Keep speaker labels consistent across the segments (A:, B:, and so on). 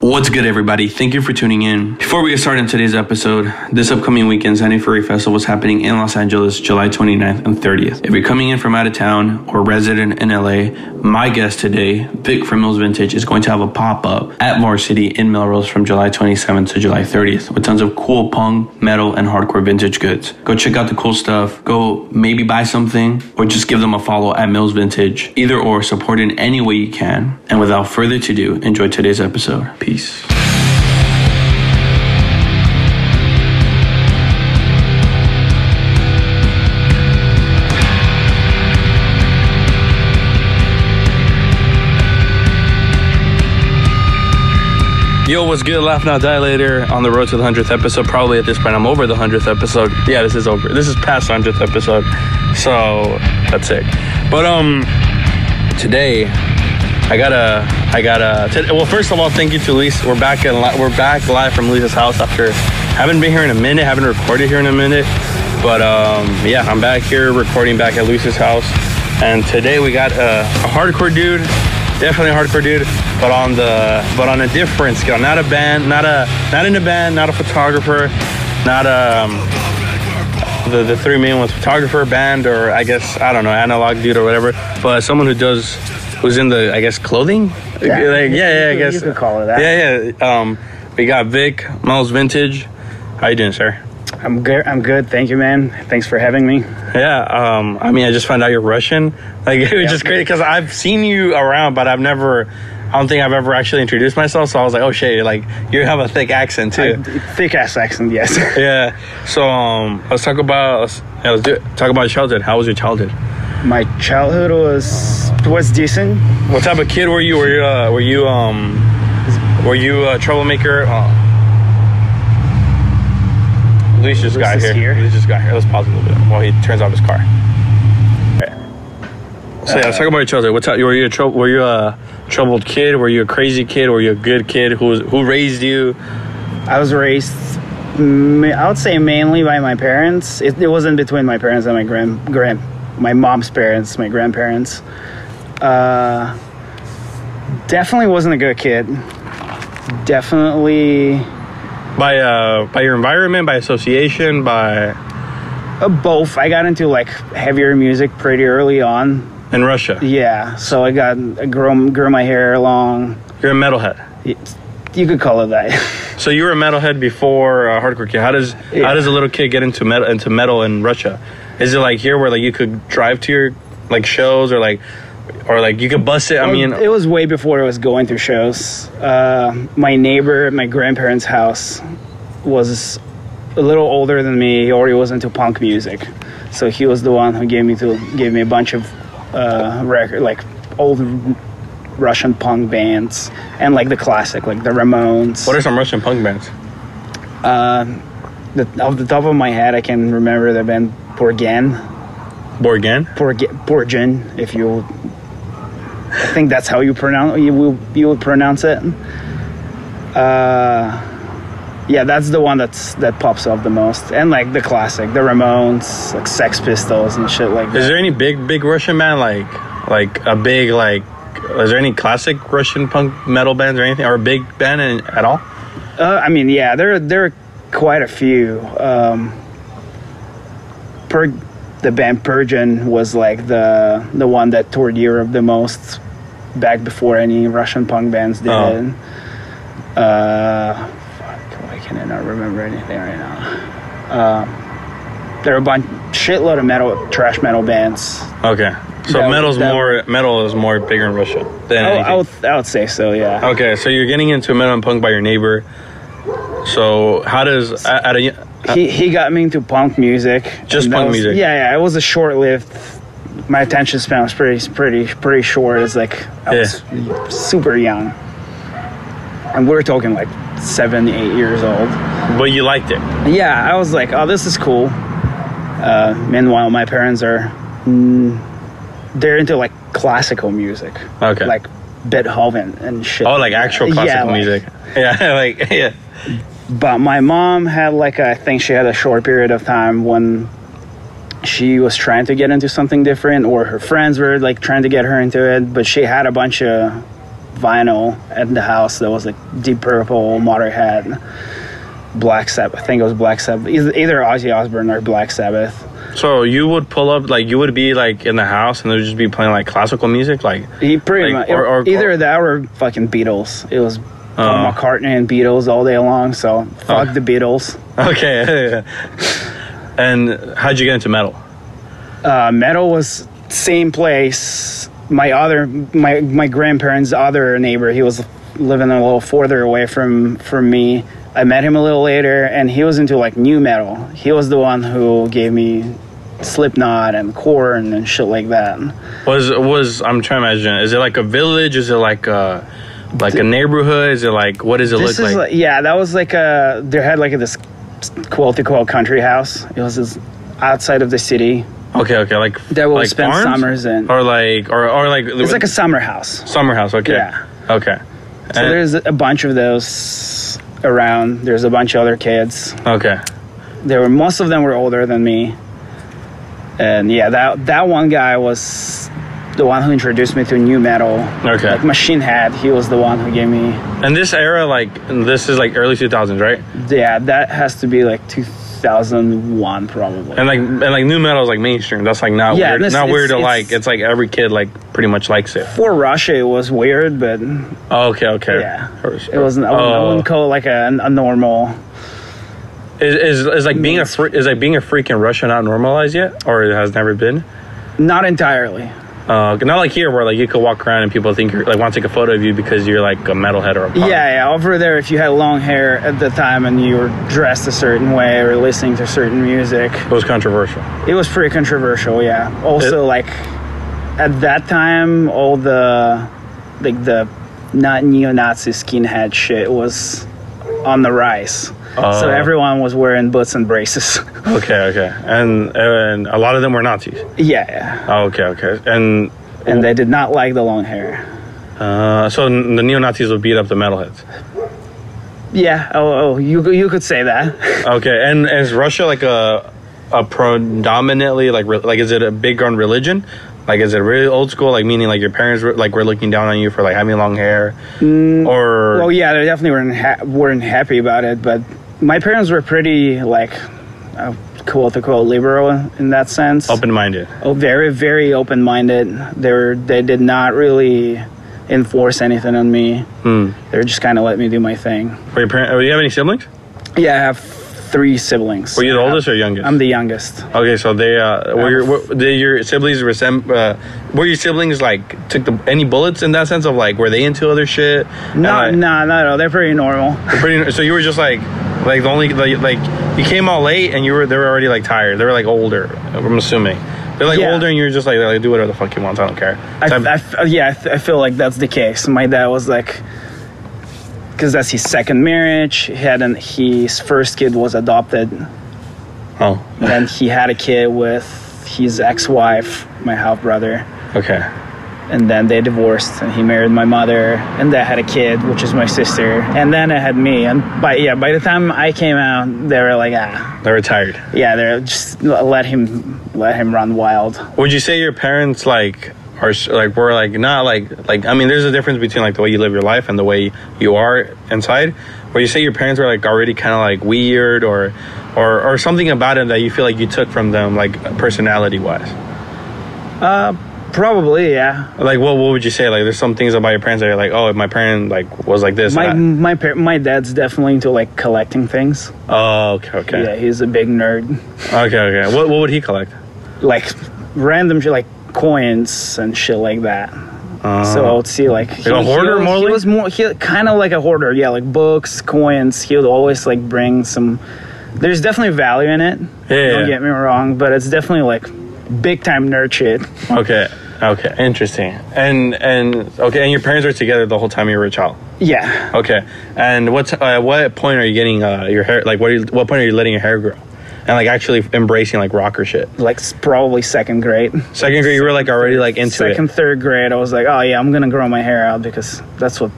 A: What's good, everybody? Thank you for tuning in. Before we get started in today's episode, this upcoming weekend, San Fury Festival is happening in Los Angeles, July 29th and 30th. If you're coming in from out of town or resident in LA, my guest today, Vic from Mills Vintage, is going to have a pop up at Varsity in Melrose from July 27th to July 30th with tons of cool punk, metal, and hardcore vintage goods. Go check out the cool stuff. Go maybe buy something or just give them a follow at Mills Vintage. Either or, support in any way you can. And without further ado, enjoy today's episode. Peace. Yo, what's good? Laugh Now Die Later on the road to the 100th episode. Probably at this point, I'm over the 100th episode. Yeah, this is over. This is past 100th episode. So, that's sick. But, um, today, I gotta, I gotta, t- well, first of all, thank you to Luis. We're back in, li- we're back live from Luis's house after haven't been here in a minute, haven't recorded here in a minute. But, um, yeah, I'm back here recording back at Luis's house. And today we got a, a hardcore dude definitely a hardcore dude, but on the but on a different scale. Not a band, not a not in a band, not a photographer, not a um, the the three main ones: photographer, band, or I guess I don't know, analog dude or whatever. But someone who does who's in the I guess clothing.
B: Yeah.
A: Like, yeah, yeah, I
B: You
A: guess
B: could call it that.
A: Yeah, yeah. Um, we got Vic Miles Vintage. How you doing, sir?
B: I'm good. I'm good. Thank you, man. Thanks for having me.
A: Yeah, um, I mean, I just found out you're Russian. Like, it was just crazy because I've seen you around, but I've never, I don't think I've ever actually introduced myself. So I was like, oh shit, like, you have a thick accent too.
B: Thick ass accent, yes.
A: yeah. So um, let's talk about let's, yeah, let's do it. talk about childhood. How was your childhood?
B: My childhood was was decent.
A: What type of kid were you? Were you uh, were you um, were you a troublemaker? Uh, Luis just got
B: Luis
A: here.
B: is here.
A: Luis just got here. Let's pause a little bit while he turns off his car. So yeah, let's talk about each other. What type? Were you a trou- Were you a troubled kid? Were you a crazy kid? Were you a good kid? Who was, who raised you?
B: I was raised, ma- I would say mainly by my parents. It, it wasn't between my parents and my grand grand my mom's parents, my grandparents. Uh, definitely wasn't a good kid. Definitely
A: By uh, by your environment, by association, by
B: uh, both. I got into like heavier music pretty early on.
A: in Russia.
B: Yeah, so I got I grew, grew my hair long.
A: You're a metalhead.
B: It's- You could call it that.
A: So you were a metalhead before a hardcore kid. How does how
B: Yeah.
A: does a little kid get into metal into metal in Russia? Is it like here where like you could drive to your like shows or like or like you could bus it? I mean,
B: it was way before I was going to shows. Uh, my neighbor at my grandparents' house was a little older than me. He already was into punk music, so he was the one who gave me to gave me a bunch of uh, record like old Russian punk bands and like the classic, like the Ramones. Uh,
A: what are some Russian punk bands?
B: the, off the top of my head, I can remember the band Porgen.
A: Borgen.
B: Borg- Borgin, if you, I think that's how you pronounce you will you would pronounce it. Uh, yeah, that's the one that's that pops up the most, and like the classic, the Ramones, like Sex Pistols and shit like
A: Is
B: that.
A: there any big big Russian band like like a big like? Is there any classic Russian punk metal bands or anything or a big band in, at all?
B: Uh, I mean, yeah, there there are quite a few. Um, per the band Persian was like the the one that toured Europe the most back before any Russian punk bands did.
A: Oh.
B: Uh, fuck, why can I not remember anything right now? Uh, there are a bunch shitload of metal trash metal bands.
A: Okay, so
B: That-
A: metal's
B: that-
A: more metal is more bigger in Russia than
B: I, I
A: anything.
B: would I would say so. Yeah.
A: Okay, so you're getting into metal and punk by your neighbor. So how does at at a
B: he he got me into punk music.
A: Just
B: and that
A: punk
B: was-
A: music.
B: Yeah, yeah. It was a short lived. My attention span was pretty pretty pretty short. It's like I was super young, and we were talking like seven eight years old.
A: but you liked it?
B: Yeah, I was like, oh, this is cool. Uh, meanwhile, my parents are mm, they're into like classical music.
A: Okay.
B: Like Beethoven and shit.
A: Oh, like actual
B: Yeah,
A: classical
B: like-
A: music. Yeah, like yeah.
B: but my mom had like a- I think she had a short period of time when she was trying to get into something different or her friends were like trying to get her into it but she had a bunch of vinyl at the house that was like Deep Purple, Motorhead, Black Sabbath. I think it was Black Sabbath, either either Ozzy Osbourne or Black Sabbath.
A: So you would pull up, like you would be like in the house, and they would just be playing like classical music, like
B: He pretty
A: Like,
B: much
A: or- or-
B: either that or fucking Beatles. It was
A: Oh.
B: Paul McCartney and Beatles all day long. So fuck the Beatles.
A: okay. and how'd you get into metal?
B: Uh, metal was same place. My other my my grandparents' other neighbor. He was living a little further away from from me. I met him a little later, and he was into like new metal. He was the one who gave me Slipknot and Corn and shit like that.
A: Was was I'm trying to imagine? Is it like a village? Is it like a like a neighborhood? Is it like what does it
B: This
A: look
B: is
A: like?
B: like, yeah, that was like a they had like this quote unquote country house. It was this outside of the city
A: Okay, okay, like
B: that we
A: like
B: spend
A: farms?
B: summers in.
A: or like or or like
B: it's like a summer house.
A: summer house. Okay,
B: Yeah.
A: okay.
B: So
A: And-
B: there's a bunch of those around. There's a bunch of other kids.
A: okay.
B: There were most of them were older than me. And yeah, that that one guy was the one who introduced me to new metal.
A: Okay.
B: Like Machine Head, he was the one who gave me
A: And this era, like this is like early 2000s, right?
B: yeah, that has to be like 2001 probably.
A: And like and like new metal is like mainstream. That's like not
B: Yeah,
A: weird.
B: this-
A: not weird
B: it's-
A: to
B: it's-
A: like. It's like every kid like pretty much likes it.
B: For Russia, it was weird, but it
A: Oh, okay, okay.
B: Yeah.
A: Or-
B: wasn't. I wouldn't, I
A: Oh.
B: wouldn't call it like a, a normal.
A: Is, is, is like being a free, is like being a freak in Russia not normalized yet, or it has never been?
B: Not entirely.
A: Uh, not like here where like you could walk around and people think you're like want to take a photo of you because you're like a metalhead or a punk.
B: Yeah, yeah. Over there, if you had long hair at the time and you were dressed a certain way or listening to certain music,
A: It was controversial.
B: it was pretty controversial. Yeah. Also,
A: It-
B: like at that time, all the like the not neo-Nazi skinhead shit was on the rise. so
A: Oh.
B: everyone was wearing boots and braces.
A: Okay, okay, and and a lot of them were Nazis.
B: yeah, yeah.
A: Oh, okay, okay, and
B: And they did not like the long hair.
A: uh, so the neo Nazis would beat up the metalheads.
B: Yeah. Oh, oh you you could say that.
A: Okay, and is Russia like a a predominantly like re- like is it a big on religion? Like is it really old school? Like meaning like your parents were like were looking down on you for like having long hair, or
B: Mm, well, yeah, they definitely weren't ha- weren't happy about it, but my parents were pretty like uh, quote unquote liberal in that sense.
A: open minded.
B: Oh, very very open minded. They were they did not really enforce anything on me.
A: Hmm.
B: They were just kind of let me do my thing.
A: Were your parents? Do you have any siblings?
B: Yeah, I have three siblings.
A: Were you the oldest or youngest?
B: I'm the youngest.
A: okay, so they uh, were your were, did your siblings resem- uh, were your siblings like took the any bullets in that sense of like were they into other shit?
B: No,
A: And, like,
B: no, no, no. They're pretty normal.
A: they're pretty- so you were just like like the only like, like you came out late and you were they were already like tired. They were like older. I'm assuming they're like
B: Yeah.
A: older and you're just like, like do whatever the fuck you want. I don't care.
B: I,
A: Type-
B: I f- yeah, I, f- I feel like that's the case. My dad was like, because that's his second marriage. He had an, his first kid was adopted.
A: oh,
B: Then he had a kid with his ex-wife, my half brother,
A: okay.
B: and then they divorced. And he married my mother, and they had a kid, which is my sister. And then I had me. And by yeah, by the time I came out, they were like, ah,
A: They were tired.
B: yeah, they're just let him let him run wild.
A: Would you say your parents like are s- like were like not like like I mean, there's a difference between like the way you live your life and the way you are inside. Where you say your parents were like already kind of like weird or or or something about it that you feel like you took from them like personality wise.
B: Probably, yeah.
A: Like, what what would you say? Like, there's some things about your parents that you're like, oh, if my parent like was like this.
B: My
A: and
B: my par- my dad's definitely into like collecting things.
A: I- oh, okay,
B: Yeah,
A: okay,
B: he's a big nerd.
A: okay, okay. What what would he collect?
B: Like random shit, like coins and shit like that. so I would see like he,
A: a hoarder,
B: he,
A: more
B: was- he
A: like?
B: was more he kind of like a hoarder. Yeah, like books, coins. He would always like bring some. There's definitely value in it.
A: Yeah.
B: Don't get me wrong, but it's definitely like big time nerd shit.
A: Okay, okay, interesting. And and okay, and your parents were together the whole time you were a child.
B: Yeah.
A: Okay, and what's uh, what point are you getting uh, your hair? Like, what are you, what point are you letting your hair grow? And like actually embracing like rocker shit.
B: Like s- probably second grade.
A: Second grade, you were like already like into
B: second,
A: it.
B: third grade, I was like, oh yeah, I'm gonna grow my hair out because that's what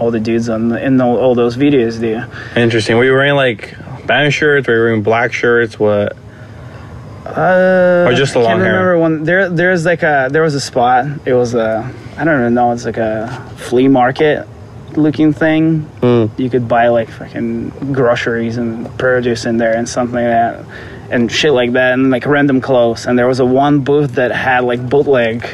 B: all the dudes on the, in all, all those videos do.
A: Interesting. Were you wearing like band shirts? Were you wearing black shirts? What?
B: Uh,
A: Or just the
B: I
A: long
B: Uh, can't
A: hair?
B: remember when there. There's like a there was a spot. It was a I don't even know. It's like a flea market looking thing. You could buy like fucking groceries and produce in there and something like that, and shit like that, and like random clothes. And there was a one booth that had like bootleg,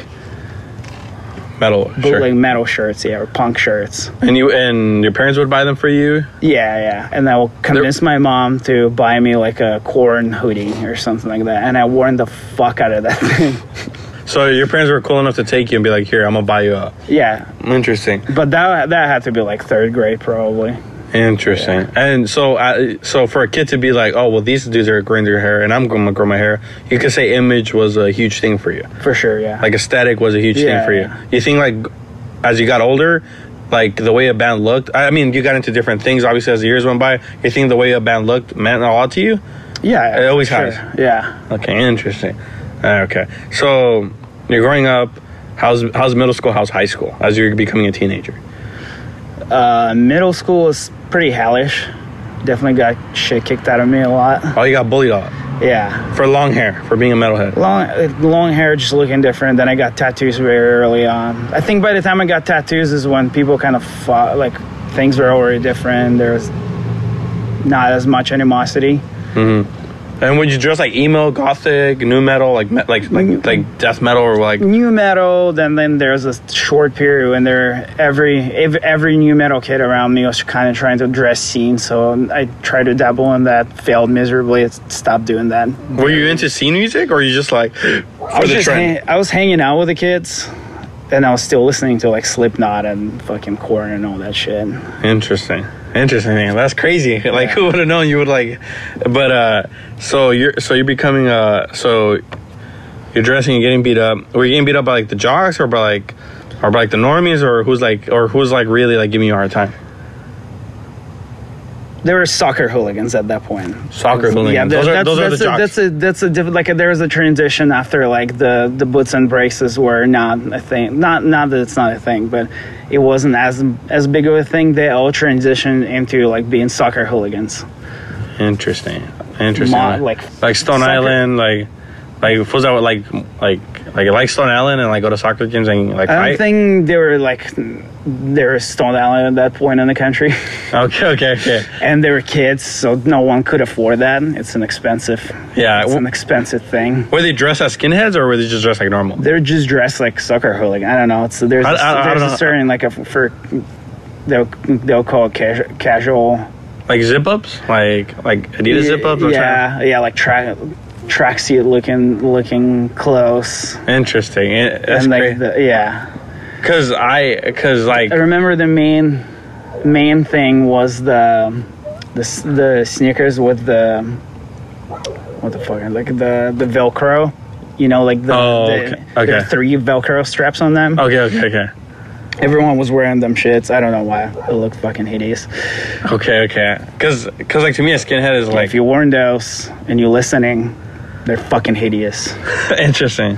A: Metal. Sure.
B: bootleg metal shirts, yeah, or punk shirts.
A: and you and your parents would buy them for you.
B: Yeah, yeah. And I will convince my mom to buy me like a corn hoodie or something like that. And I warned the fuck out of that thing.
A: So your parents were cool enough to take you and be like, "Here, I'm gonna buy you a."
B: yeah.
A: Interesting.
B: But that that had to be like third grade probably.
A: Interesting. And so, I, so for a kid to be like, "Oh, well, these dudes are growing their hair, and I'm gonna grow my hair," you could say image was a huge thing for you.
B: For sure, yeah.
A: Like aesthetic was a huge
B: Yeah,
A: thing for you.
B: yeah.
A: You think like, as you got older, like the way a band looked. I I mean, you got into different things. Obviously, as the years went by, you think the way a band looked meant a lot to you.
B: yeah.
A: it always
B: for
A: has.
B: Yeah.
A: Okay, interesting. Uh, Okay, so you're growing up. How's how's middle school? How's high school? As you're becoming a teenager.
B: Uh, middle school was pretty hellish. Definitely got shit kicked out of me a lot.
A: Oh, you got bullied a lot
B: Yeah.
A: for long hair, for being a metalhead.
B: Long uh, long hair just looking different. Then I got tattoos very early on. I think by the time I got tattoos is when people kind of fought, like things were already different. There was not as much animosity.
A: And would you dress like emo, gothic, new metal, like me- like like like death metal or like?
B: new metal then then there's this short period when there every ev- every new metal kid around me was kind of trying to dress scene so i tried to dabble in that failed miserably I stopped doing that
A: Were you into scene music or you just like for
B: I was,
A: the
B: just
A: trend?
B: hang- I was hanging out with the kids and i was still listening to like slipknot and fucking corn and all that shit
A: Interesting. Interesting. Man. That's crazy. Like
B: Yeah.
A: who would have known you would like but uh so you're so you're becoming uh so you're dressing and getting beat up. Were you getting beat up by like the jocks or by like or by like the normies or who's like or who's like really like giving you a hard time?
B: there were soccer hooligans at that point
A: Soccer hooligans.
B: Yeah,
A: those
B: that-
A: are those are the
B: that's,
A: jocks.
B: that's a, that's a that's a diff- like there was a transition after like the the boots and braces were not a thing. Not not that it's not a thing, but it wasn't as as big of a thing. They all transitioned into like being soccer hooligans.
A: Interesting. Interesting.
B: Mo-
A: like,
B: like,
A: like Stone
B: soccer-
A: Island, like like was that what, like like like like Stone Island and like go to soccer gyms and like
B: I don't
A: fight?
B: think they were like they were Stone Island at that point in the country,
A: Okay, okay, okay.
B: and they were kids, so no one could afford that. It's an expensive.
A: Yeah,
B: it's
A: w-
B: an expensive thing.
A: Were they dressed as skinheads or were they just dressed like normal?
B: They're just dressed like soccer hooligan. I don't know. It's there's
A: I- I- I
B: a-
A: don't
B: there's
A: know.
B: a certain like a for they'll they'll call it casual casual
A: Like zip ups, like like Adidas zip ups. or something?
B: Yeah, yeah, like track tracksuit looking looking close
A: Interesting. It- That's
B: and like
A: great.
B: the, yeah.
A: Cause I, cause like,
B: I remember the main main thing was the the s- the sneakers with the what the fuck like the the Velcro. You know, like the,
A: Oh,
B: the-
A: okay,
B: there are
A: okay.
B: three Velcro straps on them.
A: okay, okay, okay,
B: Everyone was wearing them shits. I don't know why. It looked fucking hideous.
A: okay, okay. Cause, cause like to me a skinhead is like
B: if you worn those and you're listening, they're fucking hideous.
A: interesting,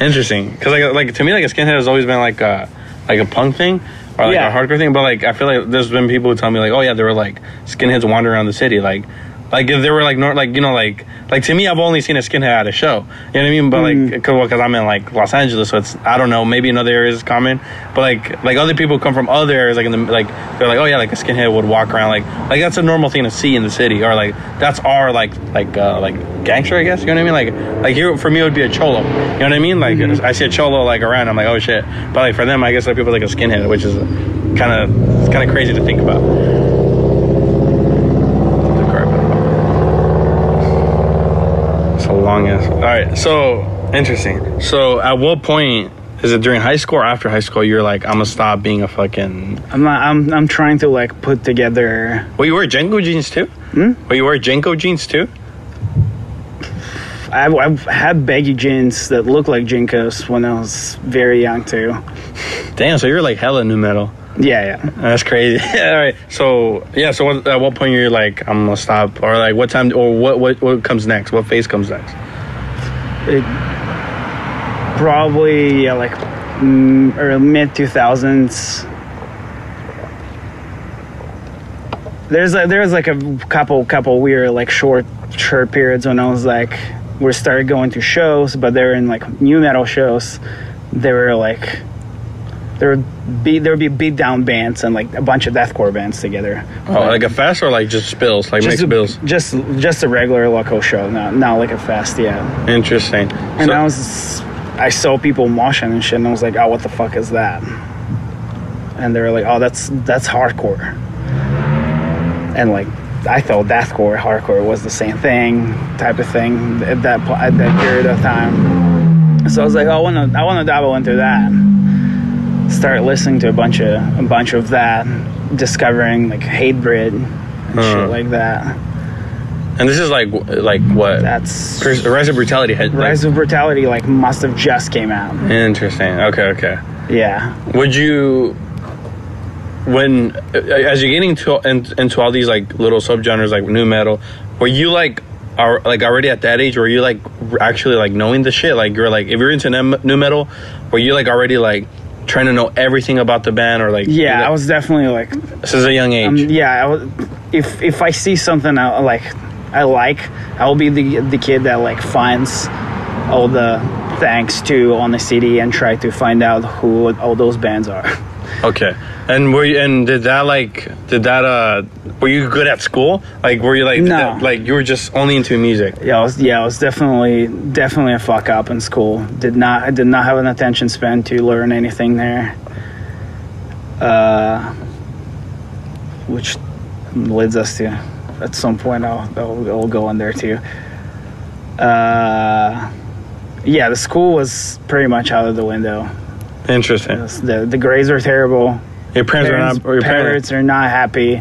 A: interesting. Cause like like to me like a skinhead has always been like a like a punk thing or like
B: Yeah.
A: a hardcore thing. But like I feel like there's been people who tell me like, oh yeah, there were like skinheads wandering around the city like. Like if they were like nor- like you know like like to me I've only seen a skinhead at a show you know what I mean but like because I'm in like Los Angeles so it's I don't know maybe in other areas it's common but like like other people come from other areas like in the like they're like oh yeah like a skinhead would walk around like like that's a normal thing to see in the city or like that's our like like uh like gangster I guess you know what I mean like like here for me it would be a cholo you know what I mean like I see a cholo like around I'm like oh shit but like for them I guess like people like a skinhead which is kind of it's kind of crazy to think about. The carpet. It's a long ass. All right, so interesting. So at what point is it during high school or after high school? You're like, I'm gonna stop being a fucking.
B: I'm not, I'm I'm trying to like put together.
A: Well, you wear Jenko jeans too. Hmm. Well, you wear Jenko jeans too.
B: I, I've had baggy jeans that look like jinkos when I was very young too.
A: Damn. So you're like hella new metal.
B: Yeah, yeah.
A: That's crazy. All right. So yeah. So what, at what point you're like, I'm gonna stop, or like what time, or what what what comes next? What phase comes next?
B: It probably yeah, like mm, or mid 2000s. There's a, there's like a couple couple weird like short short periods when I was like we started going to shows, but they were in like new metal shows. They were like There would be there would be beat down bands and like a bunch of deathcore bands together.
A: Oh, like a fest or like just spills, like
B: just
A: mixed
B: a,
A: bills.
B: Just just a regular local show, not not like a fest, yeah.
A: Interesting.
B: And
A: So-
B: I was I saw people moshing and shit, and I was like, oh, what the fuck is that? And they were like, oh, that's that's hardcore. And like, I thought deathcore, hardcore was the same thing, type of thing at that po- at that period of time. So I was like, "Oh, I wanna I wanna dabble into that. Start listening to a bunch of a bunch of that, discovering like Hatebreed and
A: Huh.
B: shit like that.
A: and this is like w- like what?
B: That's
A: Chris- Rise of Brutality had. like-
B: Rise of Brutality like must have just came out.
A: interesting. Okay, okay.
B: Yeah.
A: Would you, when as you're getting to in, into all these like little subgenres like new metal, were you like are like already at that age? Were you like actually like knowing the shit? Like you're like if you're into nem- new metal, were you like already like trying to know everything about the band or like
B: Yeah,
A: like,
B: I was definitely like,
A: since a young age.
B: um, yeah. I was, if if I see something I like, I like, I'll be the the kid that like finds all the thanks to on the CD and try to find out who all those bands are.
A: Okay. And were you, and did that like did that uh were you good at school? Like were you like did
B: No.
A: that- like you were just only into music?
B: Yeah, I was, yeah, I was definitely definitely a fuck up in school. Did not I did not have an attention span to learn anything there. Uh, which leads us to at some point I'll I'll, I'll go in there too. Uh, yeah, the school was pretty much out of the window.
A: Interesting.
B: It was- The the grades were terrible.
A: Your parents, were
B: Parents,
A: not or your parents,
B: parents are not happy.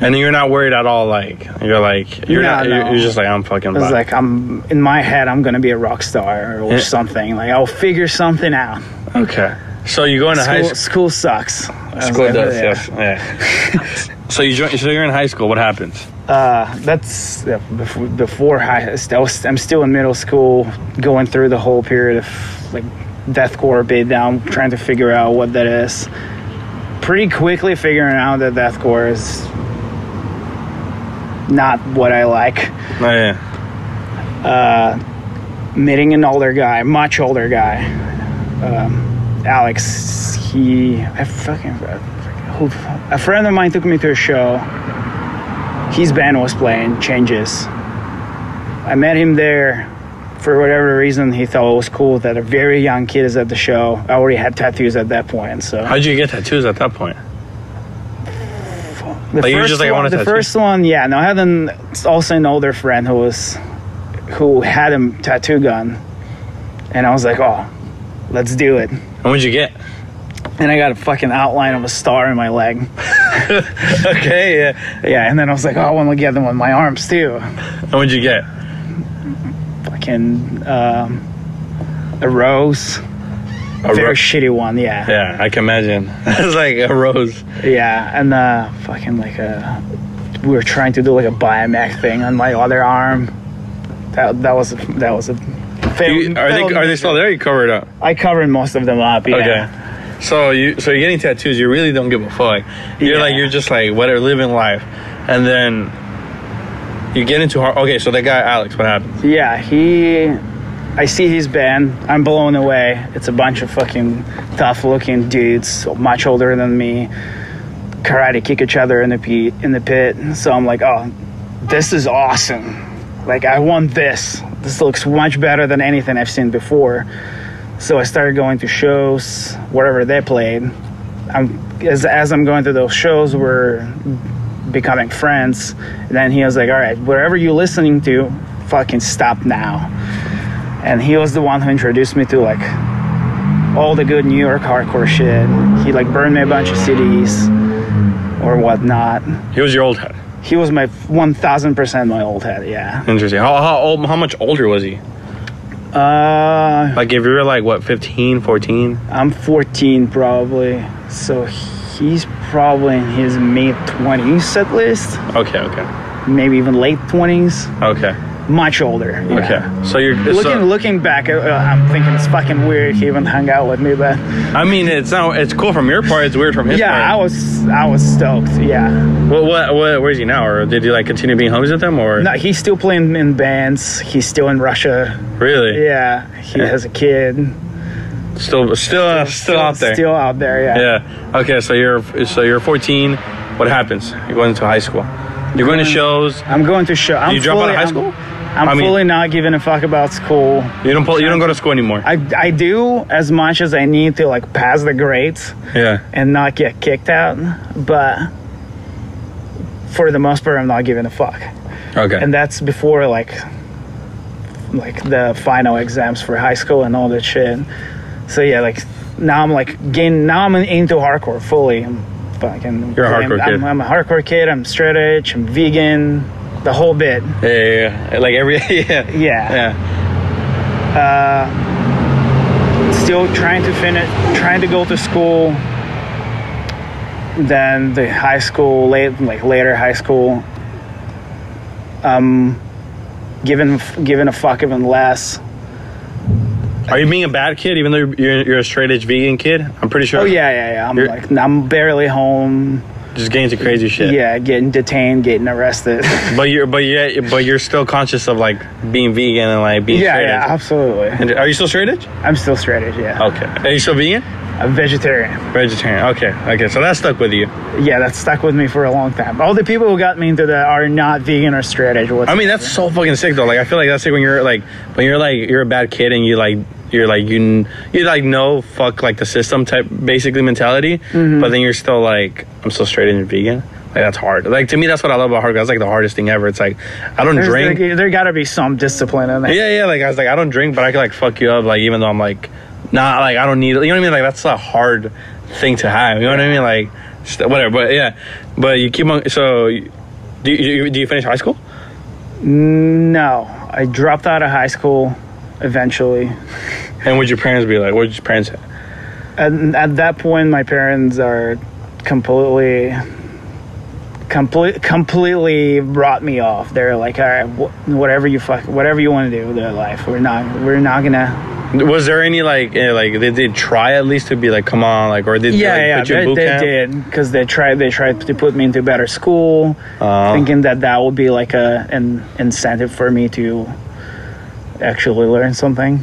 A: and you're not worried at all like you're like you're
B: No,
A: not you're,
B: no.
A: you're just like I'm fucking
B: It was
A: bi-
B: like I'm in my head. I'm gonna be a rock star or
A: Yeah.
B: something. Like I'll figure something out.
A: Okay. So you go into high
B: school,
A: school
B: school sucks.
A: School does, yes. Yeah. so you join so you're in high school, what happens?
B: Uh, that's yeah, before, before high. I was, I'm still in middle school, going through the whole period of like deathcore beat down, trying to figure out what that is. Pretty quickly figuring out that deathcore is not what I like.
A: Oh, yeah.
B: meeting an older guy, much older guy. Um, Alex, he, I fucking, who, a friend of mine took me to a show. His band was playing Changes. I met him there. For whatever reason, he thought it was cool that a very young kid is at the show. I already had tattoos at that point, so
A: How'd you get tattoos at that point?
B: the
A: Like, you were
B: first
A: just like, I
B: one,
A: want a
B: the
A: tattoo.
B: first one, yeah. No, I had an also an older friend who was who had a tattoo gun, and I was like, oh, let's do it.
A: And what'd you get?
B: And I got a fucking outline of a star in my leg.
A: okay, yeah.
B: Yeah, and then I was like, oh, I want to get them on my arms too.
A: And what'd you get?
B: Fucking um, a rose,
A: A
B: very
A: ro-
B: shitty one, yeah.
A: yeah, I can imagine. it's like a rose.
B: Yeah, and uh, fucking like a. We were trying to do like a biomech thing on my other arm. That that was that was a.
A: You-
B: failed-
A: are they
B: failed
A: are they still there? You covered up.
B: I covered most of them up. Yeah.
A: Okay. So you so you're getting tattoos. You really don't give a fuck. You're
B: Yeah.
A: like you're just like whatever, living life, and then you get into hard. Okay, so that guy Alex, what happened?
B: Yeah, he. I see his band. I'm blown away. It's a bunch of fucking tough-looking dudes, much older than me. Karate kick each other in the pit. In the pit. So I'm like, oh, this is awesome. Like I want this. This looks much better than anything I've seen before. So I started going to shows wherever they played. I'm as as I'm going to those shows, we're becoming friends. And then he was like, "All right, wherever you're listening to, fucking stop now." And he was the one who introduced me to like all the good New York hardcore shit. He like burned me a bunch of CDs or whatnot.
A: He was your old head.
B: He was my 1,000% my old head. Yeah.
A: Interesting. How how old? How much older was he?
B: Uh,
A: Like if you were like what 15, 14?
B: I'm 14 probably, so he's probably in his mid 20s at least,
A: Okay, okay,
B: maybe even late 20s.
A: okay,
B: Much older. yeah.
A: okay. So you're
B: Looking,
A: so-
B: looking back, uh, I'm thinking it's fucking weird he even hung out with me, but
A: I mean, it's not. It's cool from your part. It's weird from his
B: yeah, I
A: part.
B: was I was stoked. Yeah,
A: Yeah. What, what what where's he now? Or did he like continue being homies with them? Or
B: no, he's still playing in bands. He's still in Russia.
A: really?
B: Yeah, he has a kid.
A: Still, still, uh, still out there.
B: Still out there, yeah.
A: Yeah. Okay. So you're so you're 14. What happens? You're going to high school. You're going to shows.
B: I'm going to show. I'm
A: you drop out
B: fully-
A: of high
B: I'm-
A: school?
B: I'm
A: I mean-
B: fully not giving a fuck about school.
A: You don't pull, you don't go to school anymore.
B: I, I do as much as I need to like pass the grades
A: yeah.
B: and not get kicked out, but for the most part, I'm not giving a fuck.
A: Okay.
B: And that's before like like the final exams for high school and all that shit. So yeah, like now I'm like gain now I'm into hardcore fully. I'm fucking.
A: You're a hardcore
B: I'm,
A: kid.
B: I'm, a hardcore kid. I'm straight edge. I'm vegan. The whole bit.
A: yeah, yeah, yeah. Like every yeah.
B: Yeah.
A: Yeah.
B: still trying to finish trying to go to school then the high school late like later high school um given given a fuck even less
A: Are you being a bad kid even though you're, you're, you're a straight edge vegan kid? I'm pretty sure.
B: oh yeah yeah yeah i'm
A: You're-
B: like i'm barely home
A: Just getting to crazy shit.
B: yeah getting detained getting arrested
A: But you're but yeah but you're still conscious of like being vegan and like being
B: yeah
A: straight
B: yeah
A: edge.
B: absolutely
A: And are you still straight edge?
B: i'm still straight edge yeah
A: Okay. Are you still vegan?
B: a vegetarian
A: Vegetarian. Okay. Okay. So that stuck with you.
B: yeah that stuck with me for a long time all the people who got me into that are not vegan or straight edge
A: I mean, that's so fucking sick though. Like, I feel like that's like when you're like, when you're like, you're a bad kid and you like, you're like, you, you like, no, fuck, like the system type, basically mentality. But then you're still like, I'm still straight and vegan. Like that's hard. Like to me, that's what I love about hardcore. That's like the hardest thing ever. It's like, I don't
B: There's-
A: drink.
B: there, there gotta be some discipline in there
A: yeah, yeah. Like I was like, I don't drink, but I can like fuck you up. Like even though I'm like, nah, like I don't need. it. You know what I mean? Like that's a hard thing to have. You know what I mean? Like st- whatever. But yeah, but you keep on. So, you- do you, do you finish high school?
B: No, I dropped out of high school eventually.
A: And would your parents be like? What would your parents? Have?
B: And at that point, my parents are completely, complete, completely brought me off. They're like, "All right, wh- whatever you fuck, whatever you want to do with your life, we're not, we're not gonna."
A: Was there any like eh, like they did try at least to be like come on like or did
B: Yeah,
A: they,
B: yeah,
A: like, put you in
B: they,
A: boot
B: they
A: camp?
B: did because they tried, they tried to put me into better school,
A: Uh,
B: thinking that that would be like a an incentive for me to actually learn something.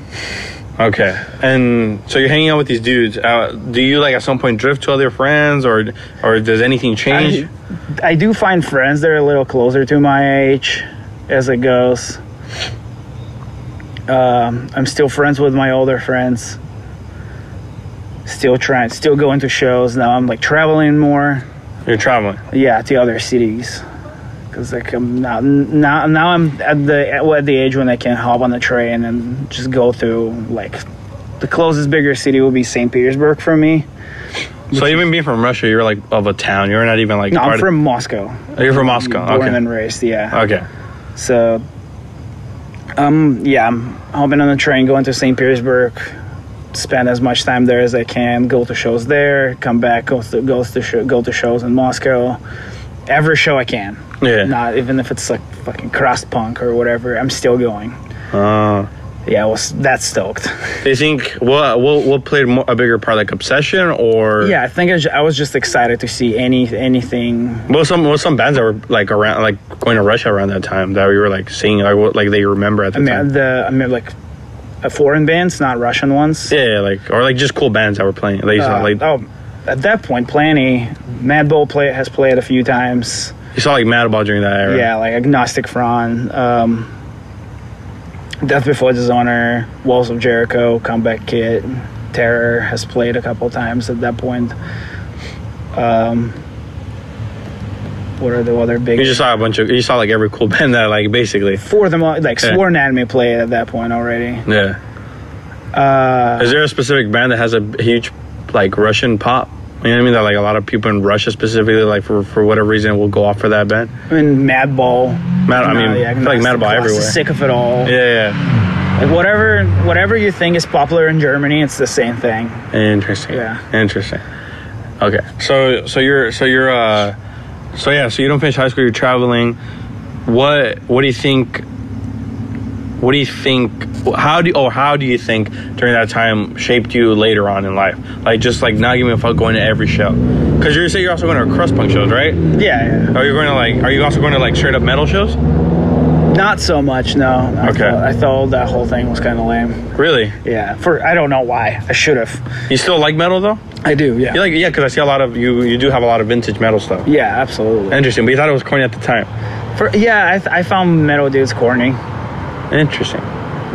A: okay, and so you're hanging out with these dudes. Uh, do you like at some point drift to other friends or or does anything change?
B: I, I do find friends that are a little closer to my age as it goes. Um, I'm still friends with my older friends. Still trying, still going to shows now. I'm like traveling more,
A: you're traveling.
B: yeah, to other cities. Cause like I'm not now now I'm at the at the age when I can hop on the train and just go through like the closest bigger city would be St. Petersburg for me.
A: So even being from Russia, you're like of a town. You're not even like
B: No, I'm
A: part
B: from Moscow,
A: Of, you're from Moscow.
B: born
A: Okay.
B: and raised. Yeah.
A: okay.
B: So, um, yeah, I'm hopping on the train, going to St. Petersburg, spend as much time there as I can, go to shows there, come back, go to go to show, go to shows in Moscow, every show I can.
A: Yeah.
B: Not even if it's like fucking crust punk or whatever, I'm still going.
A: Uh,
B: Yeah, I was that stoked.
A: do you think what what what played more, a bigger part, like obsession or
B: yeah, I think I, ju- I was just excited to see any anything.
A: Well, some well some bands that were like around like going to Russia around that time that we were like seeing like what like they remember at the
B: I mean,
A: time.
B: the I mean like uh, foreign bands, not Russian ones.
A: Yeah, yeah, like or like just cool bands that were playing. Like, you saw,
B: Uh,
A: like
B: oh, at that point, Planny, Mad Bull play, has played a few times.
A: you saw like Madball during that era.
B: Yeah, like Agnostic Fron, um, Death Before Dishonor, Walls of Jericho, Comeback Kid, Terror has played a couple times at that point. Um, what are the other big?
A: you just saw a bunch of you saw like every cool band that like basically.
B: for the mo- uh, like
A: Yeah.
B: Sworn Enemy played at that point already.
A: Yeah. Uh, Is there a specific band that has a huge like Russian pop? You know what I mean? That like a lot of people in Russia specifically like for for whatever reason will go off for that band.
B: I mean, Mad Bull.
A: Mad, I mean, I feel like Madball everywhere.
B: Sick of it all.
A: Yeah,
B: Like whatever whatever you think is popular in Germany, it's the same thing.
A: yeah. Interesting.
B: Yeah.
A: Interesting. Okay. So so you're so you're uh so yeah, so you don't finish high school, you're traveling. What what do you think what do you think how do you, or how do you think during that time shaped you later on in life? Like just like not giving a fuck going to every show. Cuz you say you're also going to crust punk shows, right?
B: Yeah, yeah.
A: Are you going to like are you also going to like straight up metal shows?
B: Not so much, no. I
A: Okay.
B: Thought, I thought that whole thing was kind of lame.
A: Really?
B: Yeah. For I don't know why. I should have.
A: You still like metal though?
B: I do. Yeah.
A: You like yeah, because I see a lot of you. You do have a lot of vintage metal stuff.
B: yeah. Absolutely.
A: Interesting, but you thought it was corny at the time.
B: For yeah, I, th- I found metal dudes corny
A: Interesting,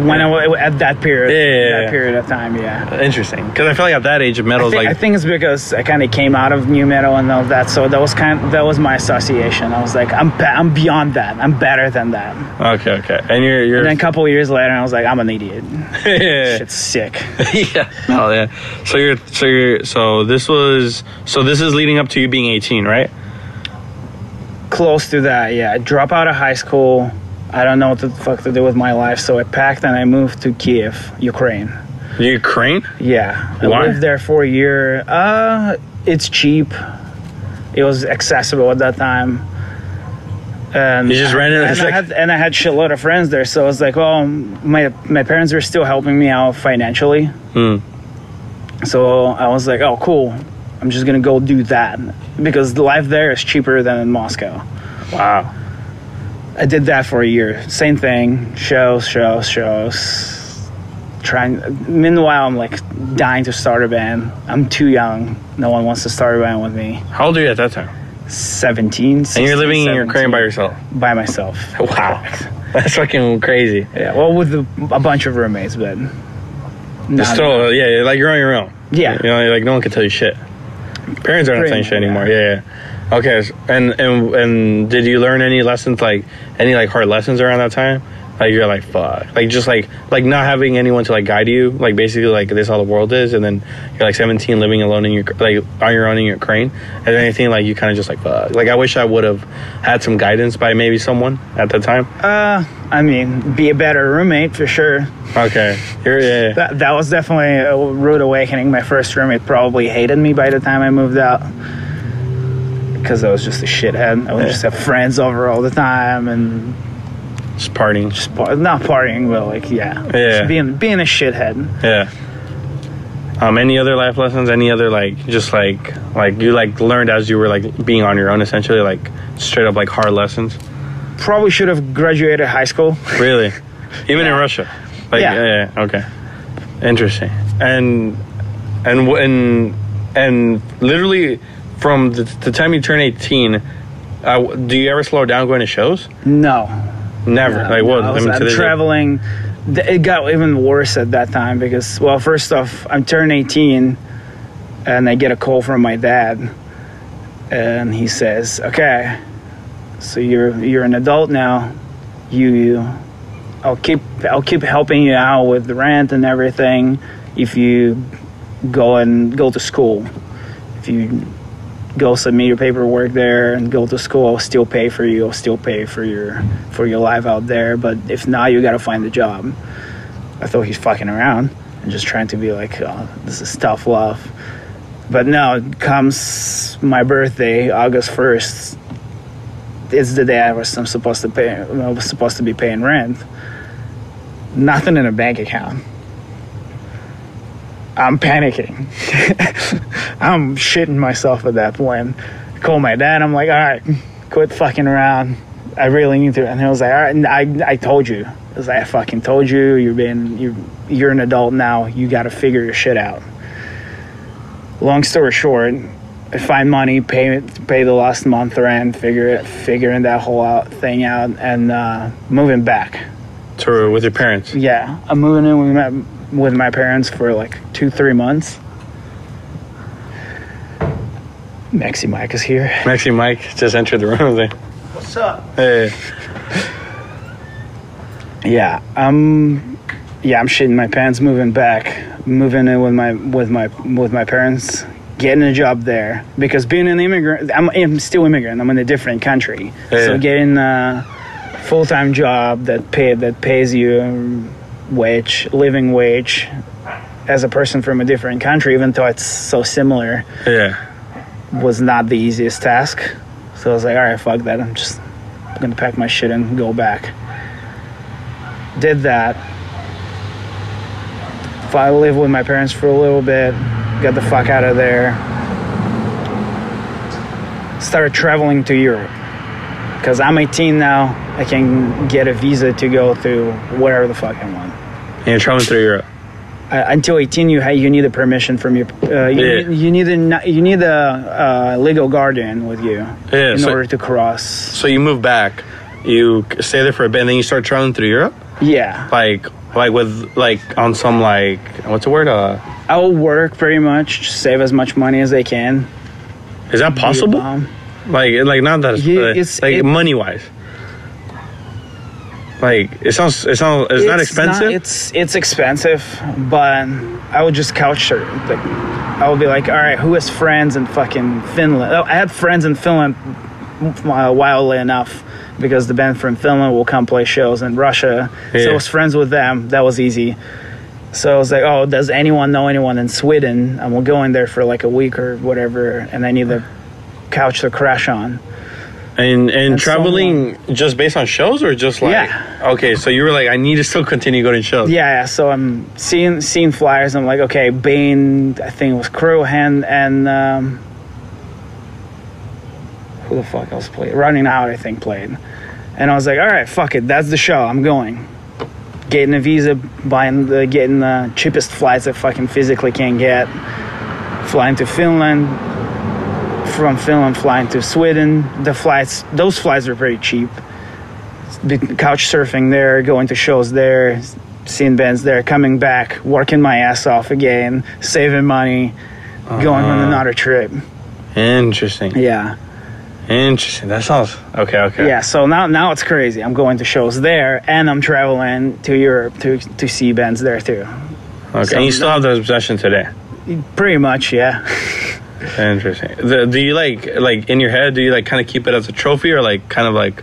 B: when I wa- at that period.
A: Yeah, yeah,
B: That
A: yeah.
B: period of time. Yeah.
A: interesting. Because I feel like at that age, metal
B: I
A: is
B: think,
A: like
B: I think it's because I kind of came out of new metal and all that, so that was kind that was my association. I was like, I'm be- I'm beyond that. I'm better than that.
A: okay, okay. And you're you're
B: And then a couple of years later, I was like, I'm an idiot.
A: yeah.
B: Shit's sick.
A: yeah. Oh yeah. So you're so you're so this was so this is leading up to you being 18, right?
B: Close to that, yeah. I drop out of high school. I don't know what the fuck to do with my life, so I packed and I moved to Kiev, Ukraine.
A: Ukraine.
B: Yeah,
A: Why?
B: I lived there for a year. Uh, it's cheap. It was accessible at that time. And
A: You just ran into
B: and
A: the
B: I had and I had shitload of friends there, so I was like, well, my my parents were still helping me out financially.
A: Hmm.
B: So I was like, oh, cool. I'm just gonna go do that because the life there is cheaper than in Moscow.
A: Wow.
B: I did that for a year. Same thing. Shows, shows, shows. Trying. Meanwhile, I'm like dying to start a band. I'm too young. No one wants to start a band with me.
A: How old are you at that time?
B: 17.
A: And you're
B: 16,
A: living in
B: 17,
A: Ukraine by yourself.
B: by myself.
A: Wow. That's fucking crazy.
B: Yeah. Well, with a, a bunch of roommates, but.
A: It's
B: not-
A: still yeah, yeah, like you're on your own.
B: Yeah.
A: You know, you're like no one can tell you shit. Parents aren't
B: Pretty
A: telling you
B: much,
A: shit anymore. Yeah. yeah. Okay. s- And and and did you learn any lessons like any like hard lessons around that time? Like you're like fuck. Like just like like not having anyone to like guide you. Like basically like this is how the world is. And then you're like 17, living alone in your like on your own in your crane. And anything like you kind of just like fuck. Like I wish I would have had some guidance by maybe someone at the time.
B: Uh, I mean, be a better roommate for sure.
A: Okay. You're yeah. yeah.
B: That, that was definitely a rude awakening. My first roommate probably hated me by the time I moved out because I was just a shithead. I would just have friends over all the time and
A: Just partying.
B: just par- not partying, but like yeah,
A: Yeah.
B: Just being being a shithead.
A: Yeah. Um, any other life lessons? Any other like just like like you like learned as you were like being on your own essentially like straight up like hard lessons?
B: Probably should have graduated high school.
A: Really? Even in Russia? Like
B: Yeah.
A: yeah. yeah, okay. Interesting. And and wh- and and literally from the, the time you turn 18 uh, do you ever slow down going to shows?
B: No,
A: Never.
B: No,
A: like what?
B: no, I was-
A: to
B: I'm
A: this day-
B: traveling. Th- It got even worse at that time because, well, first off, I'm turned 18, and I get a call from my dad, and he says, "Okay, so you're you're an adult now. You, you I'll keep I'll keep helping you out with the rent and everything if you go and go to school. If you go submit your paperwork there and go to school, I'll still pay for you. I'll still pay for your for your life out there. But if not, you gotta find a job. I thought he's fucking around and just trying to be like, oh, this is tough love. But no, comes my birthday, August first. It's the day I was I'm supposed to pay. I was supposed to be paying rent. Nothing in a bank account. I'm panicking. I'm shitting myself at that point. I call my dad. I'm like, all right, quit fucking around. I really need to. And he was like, all right, and I, I told you. I was like, I fucking told you. You're being, you, you're an adult now. You got to figure your shit out. Long story short, I find money, pay pay the last month rent, figure it, figuring that whole out, thing out, and uh, moving back.
A: to with your parents.
B: Yeah, I'm moving in with my, with my parents for like two, three months. Maxi Mike is here.
A: Maxie Mike just entered the room there.
B: What's up?
A: Hey.
B: Yeah, I'm. Yeah, I'm shitting my pants. Moving back, moving in with my with my with my parents, getting a job there because being an immigrant, I'm, I'm still immigrant. I'm in a different country,
A: Yeah.
B: so getting a full time job that pay that pays you um, wage, living wage, as a person from a different country, even though it's so similar,
A: Yeah.
B: was not the easiest task. So I was like, all right, fuck that. I'm just gonna pack my shit and go back. Did that. I lived with my parents for a little bit. Got the fuck out of there. Started traveling to Europe. Because I'm 18 now, I can get a visa to go to wherever the fuck I want.
A: And you're traveling through Europe.
B: Uh, until 18, you ha- you need a permission from your uh, you,
A: Yeah.
B: you need a ni- you need a uh, legal guardian with you
A: Yeah,
B: in
A: so-
B: order to cross.
A: So you move back, you c- stay there for a bit, and then you start traveling through Europe,
B: Yeah,
A: like like with like on some like what's the word? Uh,
B: I'll work pretty much, save as much money as I can.
A: is that possible?
B: Um,
A: Like like not that
B: Yeah,
A: uh,
B: it's-
A: like
B: it-
A: money wise. Like it sounds it sounds it's, not expensive.
B: it's it's expensive, but I would just couch surf. Like, I would be like, all right, who has friends in fucking Finland? Oh, I had friends in Finland, uh, wildly enough, because the band from Finland will come play shows in Russia. So
A: Yeah.
B: I was friends with them. That was easy. So I was like, oh, does anyone know anyone in Sweden? And we'll go in there for like a week or whatever, and I need a couch to crash on.
A: and and,
B: so
A: traveling just based on shows or just like
B: Yeah.
A: okay, so you were like I need to still continue going to shows.
B: Yeah, yeah, so I'm seeing seeing flyers. I'm like, okay, Bane. I think it was Crowhan and um, who the fuck else played? Running Out, I think played. And I was like, all right, fuck it, that's the show. I'm going. Getting a visa, buying the getting the cheapest flights I fucking physically can get. Flying to Finland. From Finland, flying to Sweden. The flights, those flights were pretty cheap be- couch surfing there, going to shows there, seeing bands there, coming back, working my ass off again, saving money, going on another trip.
A: Interesting.
B: Yeah.
A: Interesting. That sounds okay, okay.
B: Yeah, so now now it's crazy. I'm going to shows there and I'm traveling to Europe to to see bands there too.
A: Okay.
B: So-
A: and you still have those obsession today.
B: Pretty much, yeah.
A: Interesting. The, do you like like in your head? Do you like kind of keep it as a trophy or like kind of like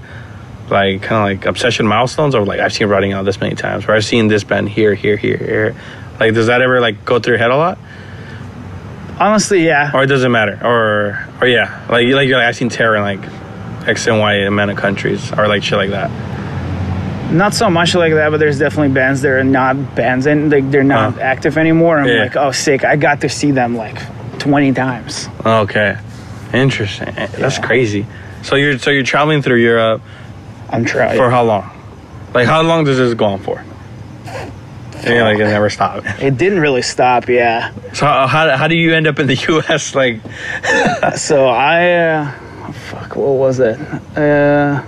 A: like kind of like obsession milestones or like I've seen routing out this many times or I've seen this band here, here, here, here. Like, does that ever like go through your head a lot,
B: Honestly, yeah.
A: or it doesn't matter, or or yeah, like you like you're like I've seen terror in like X and Y amount of countries or like shit like that.
B: Not so much like that, but there's definitely bands that are not bands and like they're not
A: Huh.
B: active anymore. I'm
A: Uh-huh. Yeah.
B: like, oh sick, I got to see them like twenty times.
A: Okay, interesting. Eh, That's
B: Yeah.
A: crazy. So you're so you're traveling through Europe
B: I'm trying
A: for how long? Like how long does this go on for? Yeah, like it never stops.
B: it didn't really stop, yeah.
A: So how, how, how do you end up in the U.S. like?
B: so I, uh, fuck, what was it? Uh,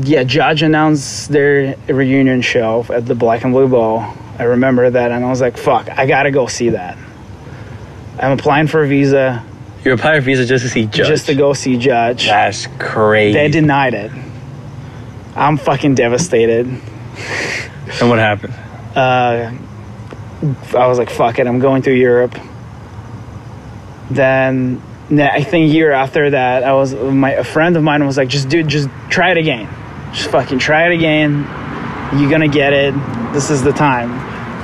B: yeah, Judge announced their reunion show at the Black and Blue Bowl. I remember that, and I was like, fuck, I gotta go see that. I'm applying for a visa
A: You apply for visa just to see Judge.
B: just to go see Judge.
A: That's crazy.
B: They denied it. I'm fucking devastated.
A: and what happened?
B: uh, I was like, fuck it, I'm going to Europe. Then na- I think a year after that, I was my a friend of mine was like, just dude, just try it again, just fucking try it again. You're gonna get it. This is the time.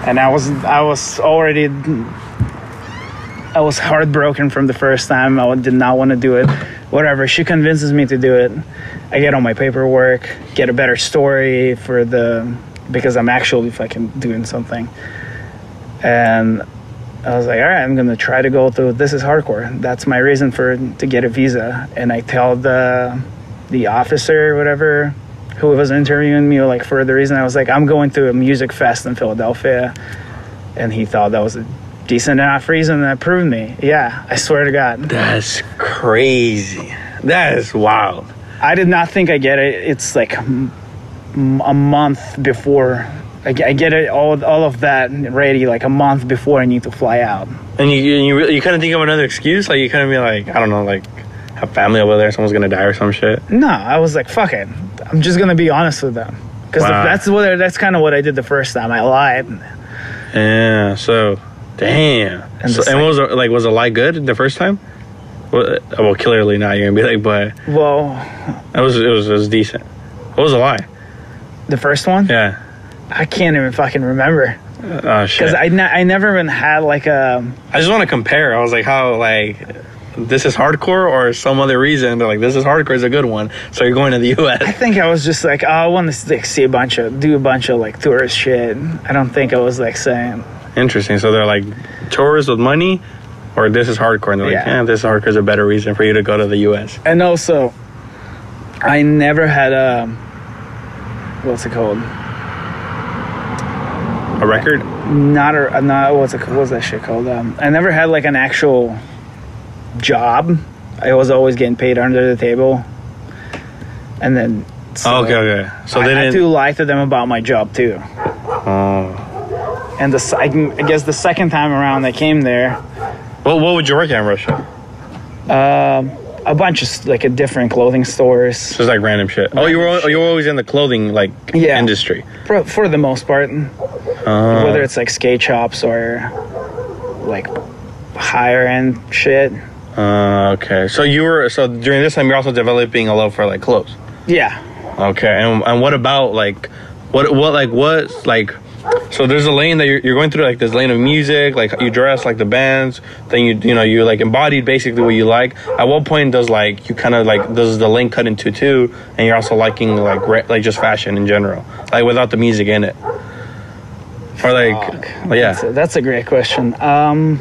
B: And I was I was already I was heartbroken from the first time. I did not want to do it. Whatever. She convinces me to do it. I get all my paperwork, get a better story for the because I'm actually fucking doing something. And I was like, all right, I'm gonna try to go through. This is hardcore. That's my reason for to get a visa. And I tell the the officer, whatever, who was interviewing me, like for the reason I was like, I'm going to a music fest in Philadelphia and he thought that was a decent enough reason that proved me. Yeah, I swear to God,
A: That's crazy. That is wild.
B: I did not think I get it. It's like m- m- a month before I g- I get it all all of that ready, like a month before I need to fly out.
A: And you you, you, really, you couldn't think of another excuse? Like you couldn't be like I don't know like have family over there, someone's gonna die or some shit.
B: No, I was like, fuck it, I'm just gonna be honest with them. Because
A: Wow.
B: that's what I- that's kind of what I did the first time. I lied.
A: Yeah. So, damn.
B: And
A: And,
B: the
A: so, and what was the- like was a lie good the first time? Well, uh, well, clearly not. You're gonna be like, but
B: Well,
A: it was it was it was decent. What was a lie?
B: the first one,
A: Yeah.
B: I can't even fucking remember
A: Oh shit.
B: because I ne- I never even had like a
A: I just want to compare. I was like, how like this is hardcore or some other reason? They're like, this is hardcore is a good one. So you're going to the
B: I
A: U.S.
B: think I was just like, oh, I want to like, see a bunch of, do a bunch of like tourist shit. I don't think I was like saying,
A: Interesting. So they're like tourists with money, or this is hardcore, and they're like,
B: Yeah.
A: yeah, this hardcore is a better reason for you to go to the U.S.
B: and also, I never had a what's it called?
A: A record?
B: Not a not what's it what was that shit called? Um, I never had like an actual job. I was always getting paid under the table, and then so
A: Oh, okay, okay. So
B: I
A: they
B: had
A: didn't.
B: to lie to them about my job too.
A: oh.
B: And the se- I can- I guess the second time around I came there,
A: Well, what would you work at in Russia?
B: a bunch of s- like a different clothing stores,
A: Just like random shit. Oh, you were al- you were always in the clothing like
B: Yeah.
A: industry.
B: for, for the most part,
A: Uh,
B: whether it's like skate shops or like higher end shit.
A: uh, okay. So you were so during this time you're also developing a love for like clothes.
B: Yeah,
A: Okay. And and what about like what what like what like so there's a lane that you're, you're going through like this lane of music like you dress like the bands then you you know you like embodied basically what you like at what point does like you kind of like does the lane cut into two and you're also liking like re- like just fashion in general like without the music in it or like well, Oh. yeah
B: So that's a great question. Um,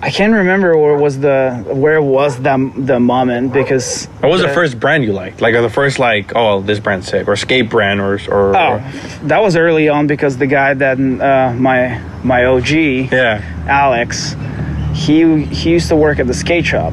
B: I can't remember where was the where was the the moment because
A: What was the, first brand you liked? Like the first like, oh, this brand's sick, or skate brand, or or,
B: Oh,
A: or-
B: that was early on because the guy that uh, my my OG
A: yeah.
B: Alex, he he used to work at the skate shop,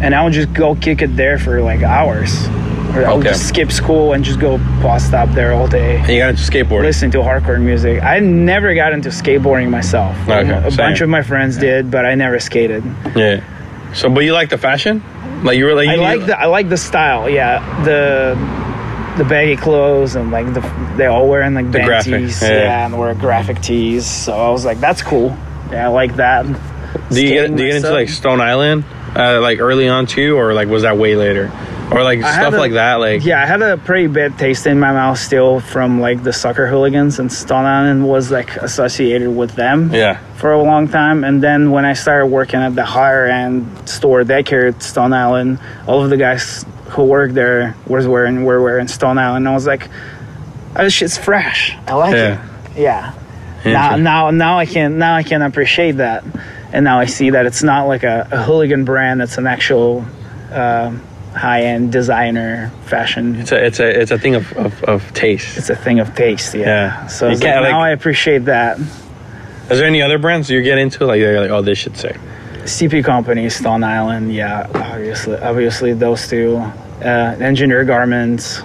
B: and I would just go kick it there for like hours. Or I would
A: Okay.
B: just skip school and just go bust up there all day.
A: And you got into skateboard.
B: Listen to hardcore music. I never got into skateboarding myself.
A: Okay,
B: a bunch
A: same.
B: of my friends did, but I never skated.
A: Yeah. So, but you like the fashion? Like you were like
B: I
A: you,
B: like the I like the style. Yeah, the the baggy clothes and like the they all wearing like band
A: graphic,
B: tees.
A: yeah.
B: Yeah. and wear graphic tees. So I was like, that's cool. Yeah, I like that.
A: Do you get
B: Skating
A: do you get into
B: myself.
A: like Stone Island, uh, like early on too, or like was that way later, or like
B: I had
A: stuff
B: a-
A: like that? Like
B: Yeah, I had a pretty bad taste in my mouth still from like the soccer hooligans and Stone Island was like associated with them
A: yeah.
B: for a long time. And then when I started working at the higher end store that carried Stone Island, all of the guys who worked there was wearing were wearing Stone Island. I was like, oh, this shit's fresh. I like
A: Yeah.
B: it. Yeah. Now, now, now I can now I can appreciate that, and now I see that it's not like a, a hooligan brand. It's an actual um high end designer fashion.
A: It's a it's a it's a thing of of, of taste.
B: It's a thing of taste. Yeah.
A: Yeah.
B: So
A: You
B: it's like,
A: can't, like-
B: now I appreciate that.
A: Is there any other brands you get into? Like you're like, oh, this shit's sick.
B: CP Company, Stone Island, yeah, obviously, obviously those two, uh, Engineer Garments,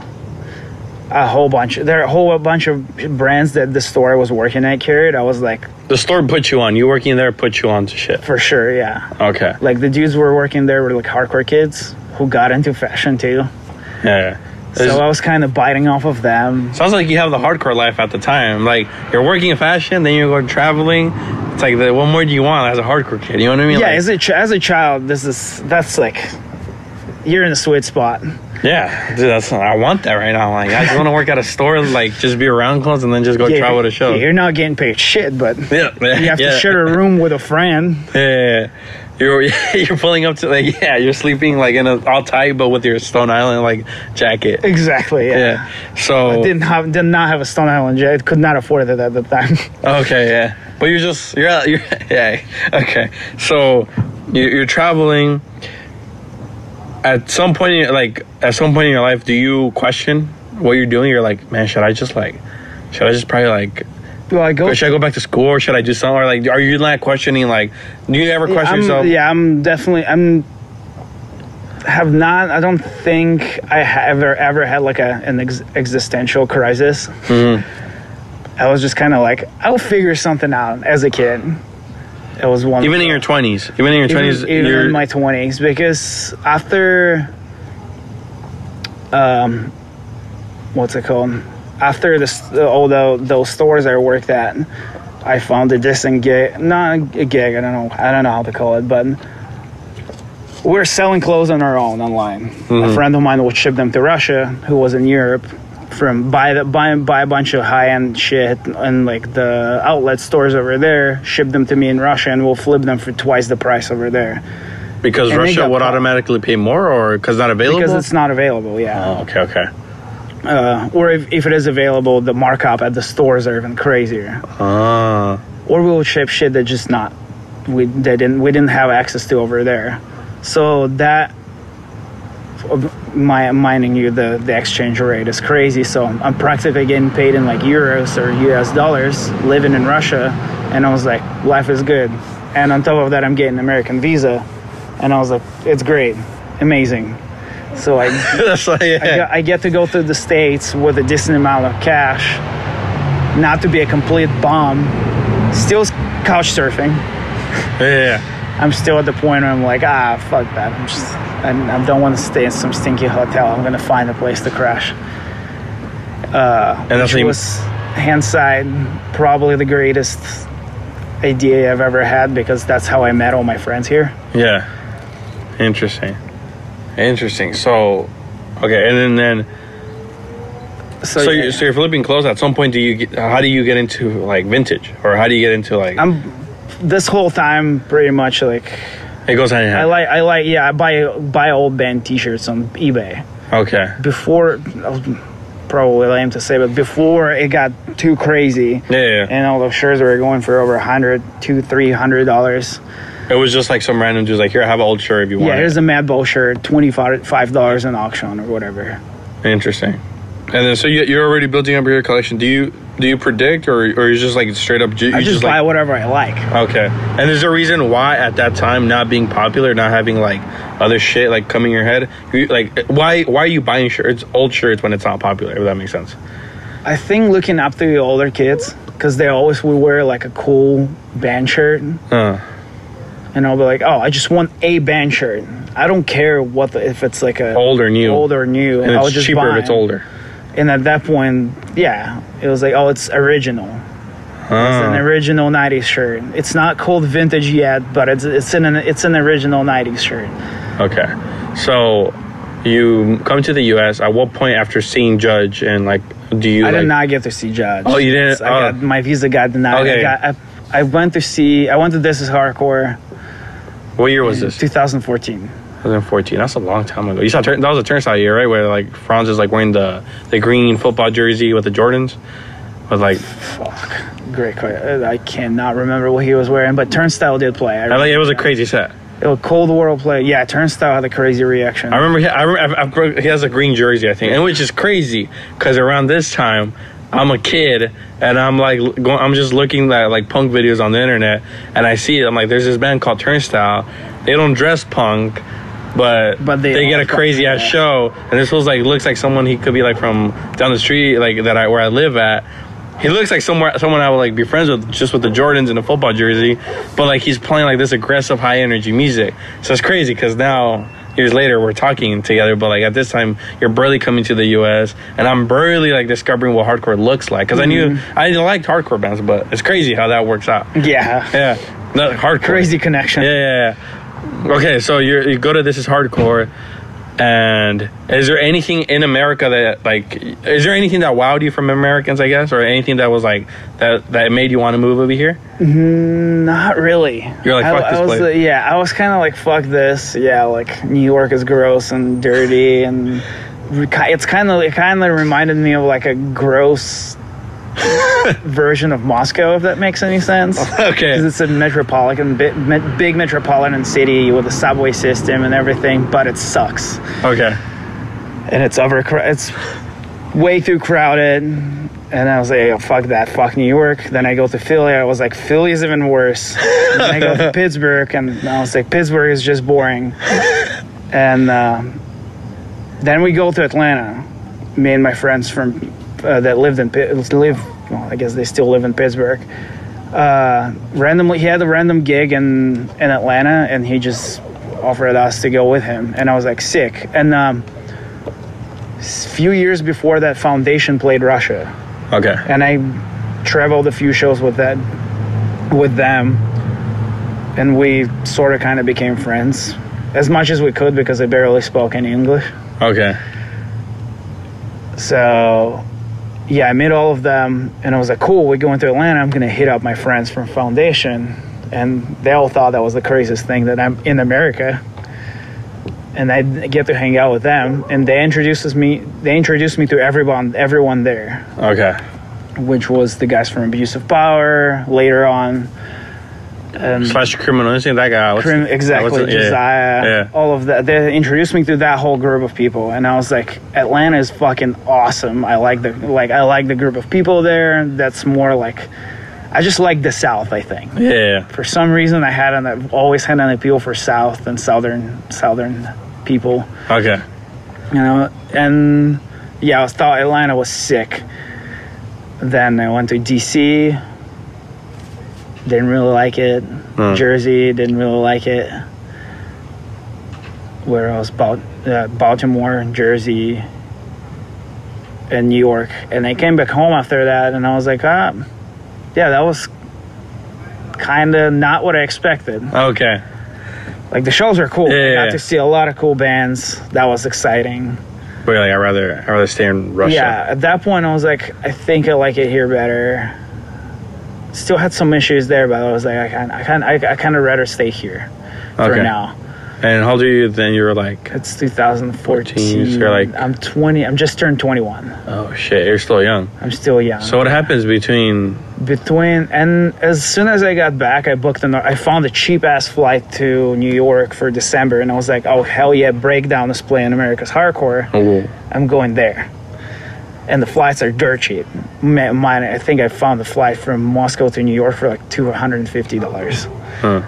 B: a whole bunch. There are a whole bunch of brands that the store I was working at carried. I was like,
A: The store put you on. You working there put you on to shit.
B: for sure, yeah.
A: Okay.
B: Like the dudes were working there were like hardcore kids who got into fashion too.
A: Yeah. There's-
B: So uh, I was kind of biting off of them.
A: Sounds like you have the hardcore life at the time. Like you're working in fashion, then you're going traveling. It's like the, what more do you want as a hardcore kid? You know what I mean?
B: Yeah,
A: Like-
B: as a ch- as a child, this is that's like you're in a sweet spot.
A: yeah. Dude, that's I want that right now. Like I just want to work at a store, like just be around clothes, and then just go
B: Yeah,
A: travel to show.
B: You're not getting paid shit, but you
A: Yeah, yeah,
B: have
A: yeah.
B: to share a room with a friend.
A: Yeah, yeah, yeah. You're you're pulling up to like yeah, you're sleeping like in a all tight, but with your Stone Island like jacket.
B: Exactly. Yeah.
A: Yeah. So
B: Didn't have did not have a Stone Island jet. Could not afford it at the time.
A: Okay, yeah. But you're just you're out. You're, yeah. Okay. So you- you're traveling. At some point, in your- like at some point in your life, do you question what you're doing? You're like, man, should I just like, should I just probably like,
B: Do I go?
A: should I go back to school or should I do something? Or like, are you like questioning like, do you ever question
B: I'm,
A: yourself?
B: Yeah, I'm definitely. I'm. Have not. I don't think I ha- ever ever had like a an ex- existential crisis.
A: Mm-hmm.
B: I was just kind of like, I'll figure something out as a kid. It was one.
A: Even in your twenties, even in your
B: even,
A: twenties,
B: even
A: you're
B: in my 20s because after um what's it called after this all tho- those stores i worked at i found a decent gig not a gig i don't know i don't know how to call it but we're selling clothes on our own online a friend of mine would ship them to russia who was in europe from buy the buy, buy a bunch of high end shit and like the outlet stores over there ship them to me in Russia and we'll flip them for twice the price over there
A: because
B: and they
A: Russia
B: got
A: would
B: caught.
A: automatically pay more or because not available.
B: because it's not available. Yeah,
A: oh, okay, okay.
B: uh, or if, if it is available, the markup at the stores are even crazier.
A: Ah,
B: Or we will ship shit that just not we they didn't we didn't have access to over there. So that of my minding you the, the exchange rate is crazy so i'm practically getting paid in like euros or us dollars living in russia and i was like life is good and on top of that i'm getting american visa and i was like it's great amazing so i,
A: That's like,
B: I, get, I get to go to the states with a decent amount of cash not to be a complete bum still couch surfing
A: yeah, yeah.
B: I'm still at the point where I'm like, ah, fuck that. I'm just, I'm, I don't want to stay in some stinky hotel. I'm gonna find a place to crash.
A: And that's
B: Which
A: when you-
B: was hindsight, probably the greatest idea I've ever had because that's how I met all my friends here.
A: yeah. Interesting. Interesting. So, okay, and then then
B: So,
A: so you're, so you're flipping clothes. At some point, do you get, how do you get into like vintage, or how do you get into like
B: I'm this whole time pretty much like
A: it goes hand in
B: I
A: hand.
B: like I like yeah I buy buy old band T-shirts on eBay.
A: okay.
B: Before, I was probably lame to say, but before it got too crazy,
A: Yeah, yeah, yeah.
B: and all those shirts were going for over a hundred, two, three hundred dollars.
A: It was just like some random dude's like, here, have an old shirt if you want.
B: Yeah,
A: it."
B: here's a Mad Bull shirt, twenty five dollars in auction or whatever.
A: Interesting. And then, so you, you're already building up your collection. Do you do you predict, or or you just like straight up? ju- You
B: I just, buy
A: like,
B: whatever I like.
A: Okay. And there's a reason why at that time not being popular, not having like other shit like coming in your head. You, like why why are you buying shirts, old shirts when it's not popular? If that makes sense.
B: I think looking up to the older kids because they always would wear like a cool band shirt,
A: Uh,
B: and I'll be like, oh, I just want a band shirt. I don't care what the, if it's like a
A: old or new.
B: old or new.
A: And
B: I'll
A: it's
B: just
A: cheaper
B: buy
A: if it's
B: it.
A: older.
B: And at that point, yeah, it was like, oh, it's original. It's an
A: Uh,
B: original '90s shirt. It's not called vintage yet, but it's it's an it's an original '90s shirt.
A: Ah, okay. So you come to the U.S. At what point after seeing Judge and like do you?
B: I
A: like,
B: did not get to see Judge.
A: Oh, you didn't?
B: I got,
A: Oh.
B: my visa got denied.
A: Okay.
B: I, got, I, I went to see. I went to This Is Hardcore,
A: What year was this?
B: 2014.
A: 2014. That's a long time ago. You saw turn, that was a turnstile year, right? Where like Franz is like wearing the the green football jersey with the Jordans, with like
B: Fuck. Great. que- I cannot remember what he was wearing, but Turnstile did play. I
A: I
B: remember
A: like it was a crazy set.
B: it was Cold War play. Yeah, Turnstile had a crazy reaction.
A: I remember he, I, remember- I, I broke, he has a green jersey, I think, and which is crazy because around this time, I'm a kid and I'm like, l- going, I'm just looking at like punk videos on the internet and I see it. I'm like, there's this band called Turnstile. They don't dress punk, but,
B: But
A: they,
B: they
A: get
B: are
A: a crazy ass
B: fucking-
A: show. And this was like, looks like someone he could be like from down the street, like that I where I live at. He looks like somewhere someone I would like be friends with, just with the Jordans and a football jersey, but like he's playing like this aggressive, high energy music. So it's crazy because now years later we're talking together, but like at this time you're barely coming to the U.S. and I'm barely like discovering what hardcore looks like because
B: Mm-hmm.
A: I knew I liked hardcore bands, but it's crazy how that works out.
B: yeah.
A: Yeah, not hardcore.
B: Crazy connection.
A: Yeah, yeah, yeah. Okay, so you're, you go to this is hardcore, and is there anything in America that like is there anything that wowed you from Americans, I guess, or anything that was like that that made you want to move over here?
B: Not really.
A: You're like,
B: I,
A: "Fuck
B: I
A: this
B: was,
A: place."
B: uh, yeah, I was kind of like, fuck this. Yeah, like New York is gross and dirty, and re- ki- it's kind of it kind of reminded me of like a gross version of Moscow, if that makes any sense.
A: Okay.
B: 'Cause it's a metropolitan, bi- me- big metropolitan city with a subway system and everything, but it sucks
A: Okay.
B: and it's over it's way too crowded and I was like, oh, fuck that, fuck New York. Then I go to Philly. I was like, Philly is even worse. And then I go to Pittsburgh, and I was like, Pittsburgh is just boring. And uh, then we go to Atlanta. Me and my friends from uh, that lived in Pitt- live, well, I guess they still live in Pittsburgh. Uh, randomly, he had a random gig in in Atlanta, and he just offered us to go with him. And I was like, sick. And um, s- few years before that, Foundation played Russia
A: Okay.
B: and I traveled a few shows with that with them and we sort of kind of became friends as much as we could because I barely spoke any English
A: Okay.
B: so yeah I met all of them and I was like cool we're going to Atlanta I'm gonna hit up my friends from Foundation and they all thought that was the craziest thing that I'm in America and I get to hang out with them and they introduces me they introduced me to everyone everyone there
A: Okay.
B: which was the guys from Abuse of Power. Later on, and
A: slash criminal instinct. That guy. what's-
B: Prim,
A: that
B: exactly,
A: was- yeah,
B: Josiah,
A: Yeah.
B: all of that. They introduced me to that whole group of people, and I was like, Atlanta is fucking awesome. I like the like I like the group of people there. That's more like, I just like the South. I think
A: Yeah.
B: for some reason I had an I've always had an appeal for South and Southern Southern people,
A: Okay.
B: you know. And yeah, I thought Atlanta was sick. Then I went to DC. Didn't really like it.
A: Hmm.
B: Jersey didn't really like it. Where else? Bal- uh, Baltimore, Jersey, and New York. And I came back home after that, and I was like, ah, yeah, that was kind of not what I expected.
A: Okay.
B: Like the shows are cool.
A: Yeah,
B: I
A: yeah,
B: got
A: yeah.
B: to see a lot of cool bands. That was exciting.
A: But you're like, I rather I rather stay in Russia.
B: Yeah, at that point I was like, I think I like it here better. Still had some issues there, but I was like, I can, I can, I, I kind of rather stay here for
A: Okay.
B: now.
A: And how old are you? Then you're like,
B: It's 2014.
A: so you're like-
B: I'm 20. I'm just turned 21.
A: oh shit, you're still young.
B: I'm still young.
A: So what happens between?
B: between and as soon as I got back, I booked an. I found a cheap ass flight to New York for December, and I was like, oh hell yeah, breakdown is playing America's Hardcore. I'm going there. And the flights are dirt cheap. Ma- Mine, I think I found the flight from Moscow to New York for like two hundred and fifty dollars,
A: Huh.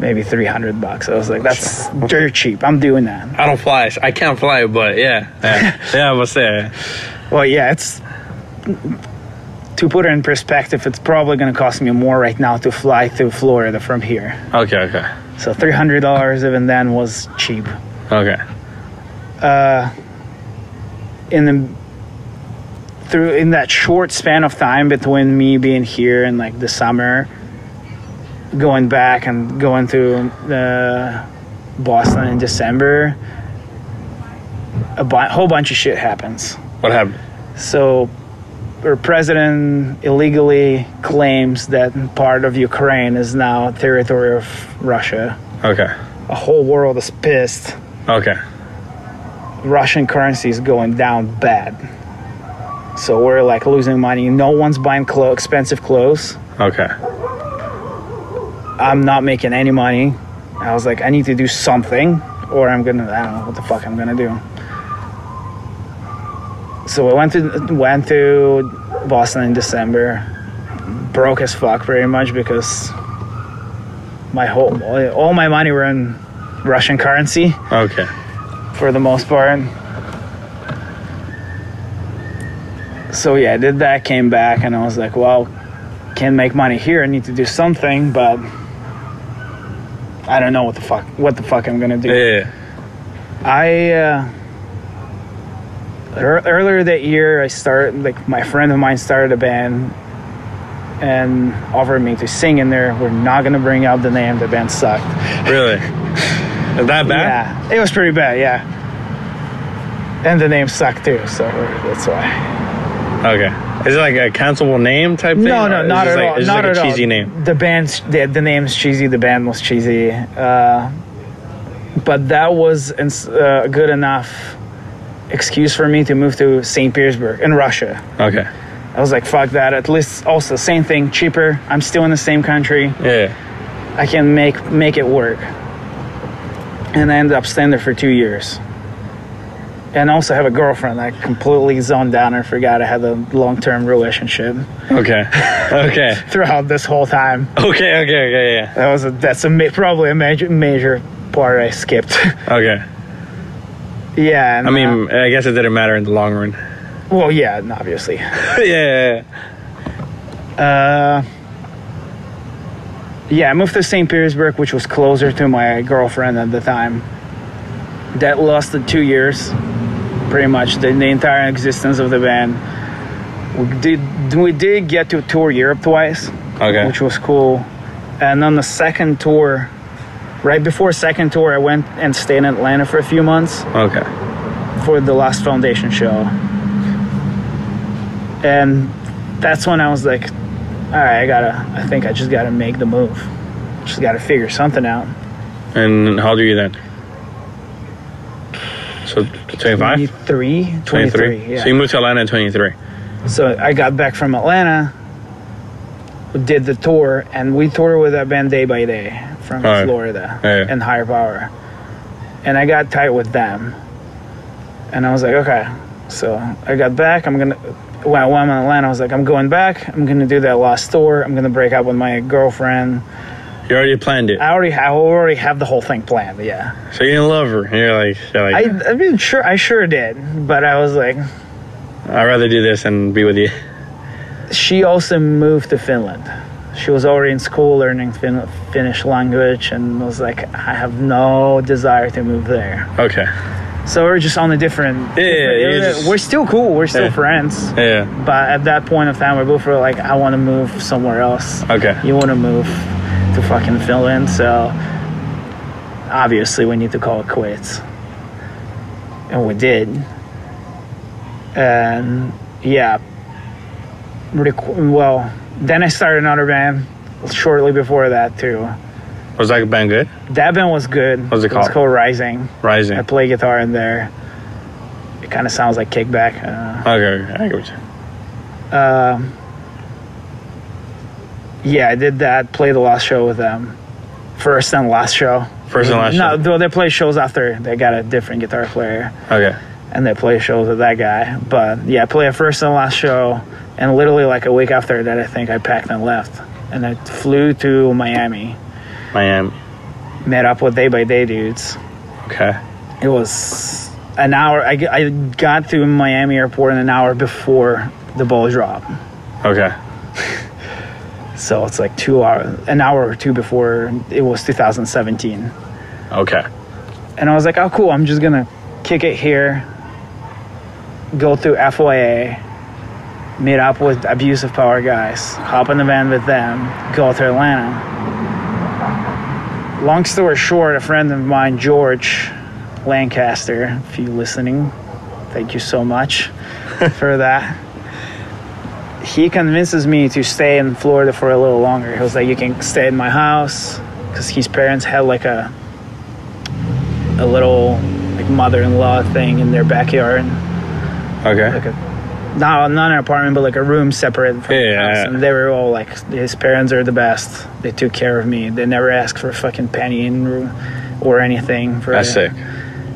B: maybe three hundred bucks. I was like, that's dirt cheap. I'm doing that.
A: I don't fly. I can't fly, but yeah, yeah, yeah I must say.
B: Well, yeah, it's to put it in perspective, it's probably going to cost me more right now to fly to Florida from here.
A: Okay, okay,
B: So three hundred dollars even then was cheap.
A: okay.
B: in the through in that short span of time between me being here and like the summer going back and going to uh, Boston in December a bu- whole bunch of shit happens
A: What happened?
B: so our president illegally claims that part of Ukraine is now territory of Russia
A: Okay,
B: a whole world is pissed
A: okay.
B: Russian currency is going down bad. So we're like losing money. No one's buying clo- expensive clothes.
A: Okay.
B: I'm not making any money. I was like, I need to do something, or I'm gonna. I don't know what the fuck I'm gonna do. So I went to went to Boston in December. Broke as fuck, pretty much, because my whole all my money were in Russian currency.
A: Okay.
B: for the most part. So yeah, I did that, came back, and I was like, well, can't make money here. I need to do something, but I don't know what the fuck what the fuck I'm gonna do.
A: Yeah.
B: I uh, ear earlier that year, I started like my friend of mine started a band and offered me to sing in there. We're not gonna bring out the name. The band sucked.
A: Really? Is that bad?
B: Yeah, it was pretty bad. Yeah, and the name sucked too, so that's why.
A: Okay. Is it like a cancelable name type thing?
B: No,
A: or
B: no,
A: is it
B: not
A: just
B: at
A: like,
B: all.
A: It's just
B: not
A: like
B: at
A: a cheesy
B: all.
A: name.
B: The band's the, the name's cheesy. The band was cheesy, uh, but that was ins- uh, good enough excuse for me to move to Saint Petersburg in Russia.
A: Okay.
B: I was like, fuck that. At least also same thing, cheaper. I'm still in the same country.
A: Yeah.
B: I can make make it work. And I ended up staying there for two years. And I also have a girlfriend. I completely zoned down and forgot I had a long term relationship
A: Okay. okay.
B: throughout this whole time.
A: Okay. Okay. Okay. Yeah.
B: That was a, that's a ma- probably a major major part I skipped.
A: Okay.
B: yeah. And,
A: I
B: uh,
A: mean, I guess it didn't matter in the long run.
B: well, yeah, and obviously.
A: yeah, yeah,
B: Uh, yeah, I moved to St. Petersburg, which was closer to my girlfriend at the time. That lasted two years, pretty much the, the entire existence of the band. We did we did get to tour Europe twice,
A: yeah. Okay.
B: which was cool. And on the second tour, right before second tour, I went and stayed in Atlanta for a few months
A: okay.
B: for the last foundation show and that's when i was like all right i gotta i think i just gotta make the move just gotta figure something out
A: And how old are you then? So 25?
B: 23 23,
A: 23?
B: yeah
A: So you moved to Atlanta at 23.
B: so i got back from atlanta did the tour, and we toured with that band day by day from
A: Alright.
B: Florida
A: Yeah.
B: and Higher Power. And I got tight with them, and I was like, okay. So I got back. I'm gonna. When I went in Atlanta, I was like, I'm going back. I'm gonna do that last tour. I'm gonna break up with my girlfriend.
A: You already planned it.
B: I already, I already have the whole thing planned. Yeah.
A: So you didn't love her. And you're like, you're like
B: I, I mean, sure, I sure did, but I was like,
A: I, would rather do this than be with you.
B: she also moved to Finland. She was already in school learning fin- Finnish language and was like, I have no desire to move there.
A: Okay.
B: So we're just on a different.
A: Yeah,
B: different
A: you
B: area.
A: just-
B: we're still cool. We're still
A: Yeah.
B: friends.
A: Yeah.
B: But at that point of time, we both were like, I want to move somewhere else.
A: Okay.
B: You want to move to fucking Finland, so obviously we need to call it quits. And we did. And yeah, Requ- well, then I started another band shortly before that too.
A: Was that band good?
B: That band was good.
A: What's it
B: It was
A: called?
B: called Rising.
A: Rising.
B: I
A: Okay.
B: play guitar in there. It kind of sounds like kickback. Uh,
A: okay. I get what you-
B: um, yeah, I did that. Played the last show with them, first and last show.
A: First and last
B: no,
A: show.
B: though they play shows after. They got a different guitar player,
A: Okay.
B: and they play shows with that guy. But yeah, I play a first and last show, and literally like a week after that, I think I packed and left, and I flew to Miami,
A: Miami.
B: met up with Day by Day dudes.
A: Okay.
B: It was an hour. I, g- I got to Miami airport an hour before the ball drop.
A: Okay.
B: So it's like two hours, an hour or two before it was 2017.
A: Okay.
B: And I was like, oh, cool, I'm just gonna kick it here, go through FYA, meet up with abusive power guys, hop in the van with them, go to Atlanta. Long story short, a friend of mine, George Lancaster, if you're listening, thank you so much for that. He convinces me to stay in Florida for a little longer. He was like, you can stay in my house, because his parents had like a a little like mother-in-law thing in their backyard,
A: Okay.
B: like a not not an apartment, but like a room separate from the
A: Yeah,
B: house.
A: yeah.
B: And they were all like, his parents are the best. They took care of me. They never asked for a fucking penny in room or anything. For
A: That's sick.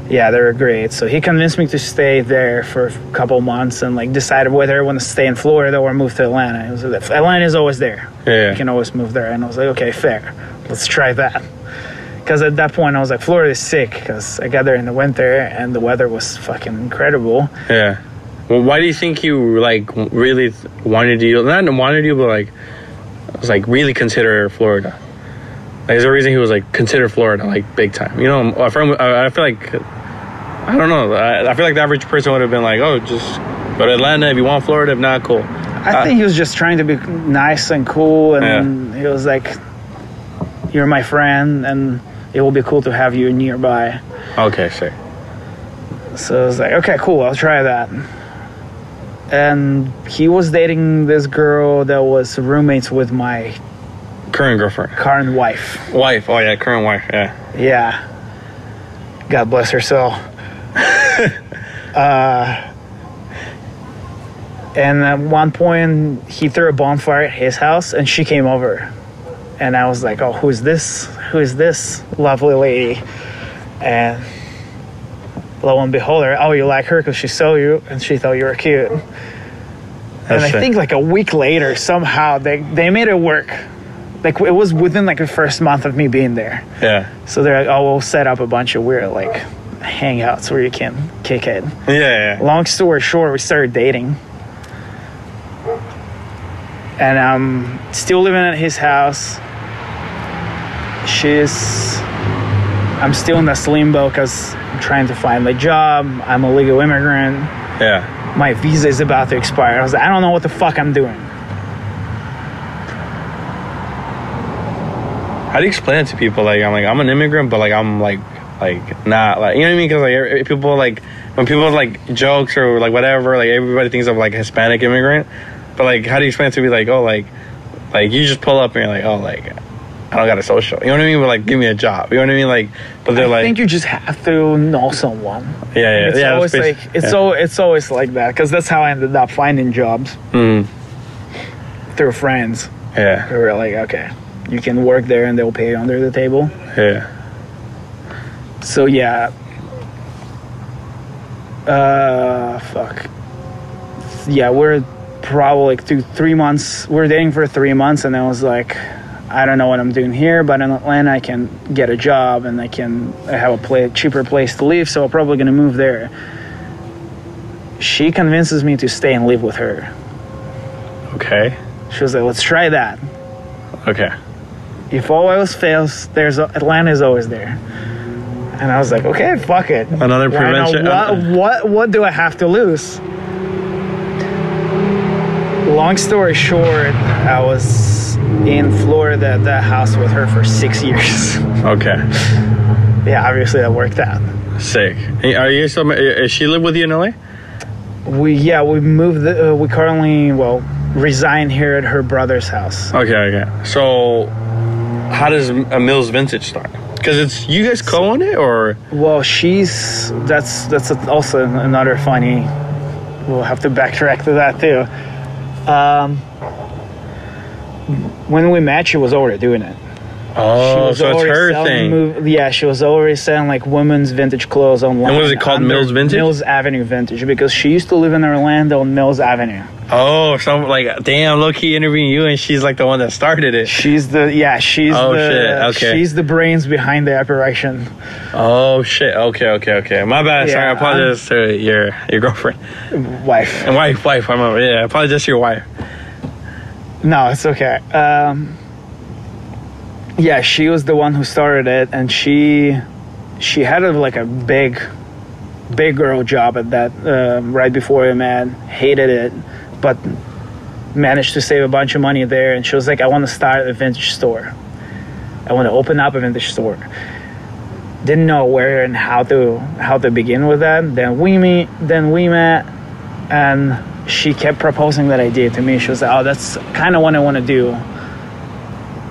B: Yeah, they were great. So he convinced me to stay there for a couple months and like decided whether I want to stay in Florida or move to Atlanta. It was, Atlanta is always there.
A: Yeah.
B: You can always move there. And I was like, okay, fair. Let's try that. Because at that point, I was like, Florida is sick. Because I got there in the winter and the weather was fucking incredible.
A: Yeah. Well, why do you think you like w- really th- wanted to not wanted you, but like was like really consider Florida? Like, there's a reason he was like consider Florida like big time. You know, a friend. I I feel like I don't know. I, I feel like the average person would have been like, oh, just go to Atlanta if you want Florida. If not, cool.
B: I
A: Uh,
B: think he was just trying to be nice and cool. And he was like, you're my friend and it will be cool to have you nearby.
A: Okay, sick.
B: So I was like, okay, cool, I'll try that. And he was dating this girl that was roommates with my
A: Current girlfriend,
B: current wife.
A: wife. Oh yeah, current wife. Yeah.
B: Yeah. God bless her soul. uh, and at one point, he threw a bonfire at his house, and she came over. And I was like, oh, who's this? Who is this lovely lady? And lo and behold, her, oh, you like her because she saw you and she thought you were cute. and
A: That's
B: I
A: sick.
B: think like a week later, somehow they, they made it work. Like it was within like the first month of me being there.
A: Yeah.
B: So they're like, oh, we'll set up a bunch of weird like hangouts where you can kick it.
A: Yeah. Yeah.
B: Long story short, we started dating. And I'm still living at his house. She's. I'm still in this limbo because I'm trying to find my job. I'm a legal immigrant.
A: Yeah.
B: My visa is about to expire. I was like, I don't know what the fuck I'm doing.
A: How do you explain it to people? Like, I'm like, I'm an immigrant, but like, I'm like, like not like, you know what I mean? Because like, every- people like when people like jokes or like whatever, like everybody thinks of like Hispanic immigrant, but like, how do you explain it to be like, oh, like, like you just pull up and you're like, oh, like, I don't got a social. You know what I mean? But like, give me a job. You know what I mean? Like, but they're
B: I
A: like,
B: think you just have to know someone.
A: yeah, yeah,
B: it's
A: yeah.
B: always
A: basi-
B: like it's
A: yeah.
B: al- it's always like that because that's how I ended up finding jobs
A: Mm.
B: through friends.
A: Yeah.
B: We were like, okay, you can work there and they'll pay you under the table.
A: Yeah.
B: So yeah. Uh, fuck. Yeah, we're probably like two, three months. We're dating for three months, and I was like, I don't know what I'm doing here, but in Atlanta I can get a job and I can I have a pla cheaper place to live, so I'm probably gonna move there. She convinces me to stay and live with her.
A: Okay.
B: She was like, let's try that.
A: Okay.
B: If all else fails, there's Atlanta is always there. And I was like, okay, fuck it.
A: Another
B: Why not?
A: prevention.
B: What, what what do I have to lose? Long story short, I was in Florida at that house with her for six years.
A: Okay.
B: yeah, obviously that worked out.
A: Sick. Hey, Are you some? Is she live with you in LA?
B: We yeah we moved. The, uh, we currently well reside here at her brother's house.
A: Okay. Okay. So, how does a Mills Vintage start? Because it's you guys co-own it, or
B: Well, she's that's that's also another funny. We'll have to backtrack to that too. Um, when we met, she was already doing it.
A: oh, so it's
B: already
A: her
B: selling
A: thing.
B: mov- yeah, she was already selling like women's vintage clothes online.
A: And what is it called,
B: under
A: Mills Vintage?
B: Mills Avenue Vintage because she used to live in Orlando on Mills Avenue.
A: Oh, so I'm like, damn, low key interviewing you, and she's like the one that started it.
B: She's the yeah, she's
A: Oh,
B: the
A: shit, okay.
B: she's the brains behind the operation.
A: Oh shit. Okay. Okay. Okay. My bad. Sorry.
B: Yeah,
A: I apologize to your your girlfriend
B: Wife.
A: and wife. Wife. I'm over. Yeah. I apologize to your wife.
B: No, it's okay. Um, yeah, she was the one who started it, and she she had a, like a big big girl job at that uh, right before we met. Hated it, but managed to save a bunch of money there. And she was like, "I want to start a vintage store. I want to open up a vintage store." Didn't know where and how to how to begin with that. Then we meet. Then we met and she kept proposing that idea to me. She was like, "Oh, that's kind of what I want to do,"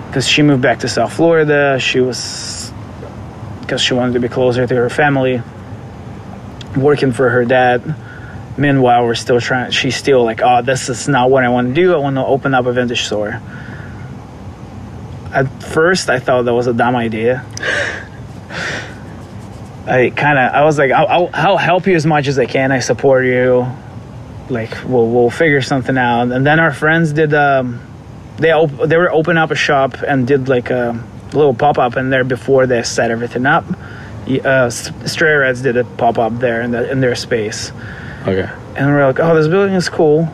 B: because she moved back to South Florida. She was because she wanted to be closer to her family, working for her dad. Meanwhile, we're still trying. She's still like, "Oh, this is not what I want to do. I want to open up a vintage store." At first, I thought that was a dumb idea. I kind of I was like, I'll, I'll, I'll help you as much as I can. I support you. Like we'll we'll figure something out. And then our friends did. Um, they op- they were open up a shop and did like a little pop up in there before they set everything up. Y- Uh, S- Stray Reds did a pop up there in the, in their space,
A: Okay.
B: and we we're like, oh, this building is cool.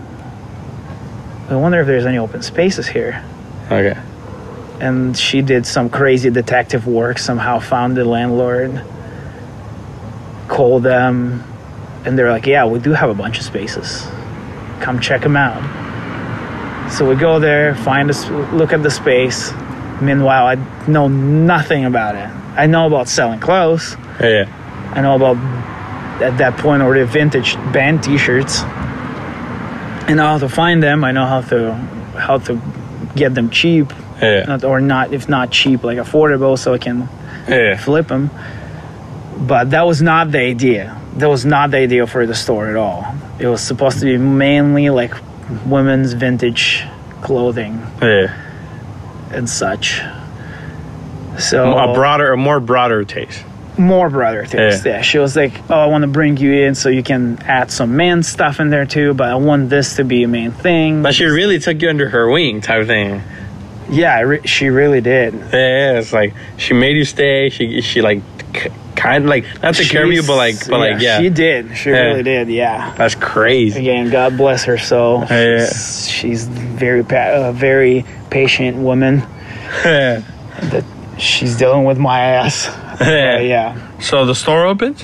B: I wonder if there's any open spaces here.
A: Okay.
B: And she did some crazy detective work. Somehow found the landlord, called them, and they're like, "Yeah, we do have a bunch of spaces. Come check them out." So we go there, find us, look at the space. Meanwhile, I know nothing about it. I know about selling clothes.
A: Yeah. yeah.
B: I know about at that point already vintage band T-shirts. I know how to find them. I know how to how to get them cheap,
A: Yeah.
B: not or not if not cheap, like affordable, so I can
A: Yeah.
B: flip them. But that was not the idea. That was not the idea for the store at all. It was supposed to be mainly like women's vintage clothing
A: Yeah.
B: and such. So
A: A broader, a more broader taste.
B: more brother things.
A: Yeah.
B: Yeah. she was like, "Oh, I want to bring you in so you can add some man stuff in there too, but I want this to be a main thing."
A: But she really took you under her wing, type of thing.
B: yeah, I re- she really did.
A: Yeah, it's like she made you stay. She she like k- kind of like not to care of you, but like
B: She's-
A: but like yeah,
B: she did. She
A: Yeah.
B: really did. Yeah.
A: that's crazy.
B: Again, God bless her soul.
A: Yeah.
B: She's, she's very pa- a very patient woman.
A: Yeah.
B: She's dealing with my ass. Uh, yeah.
A: So the store opens.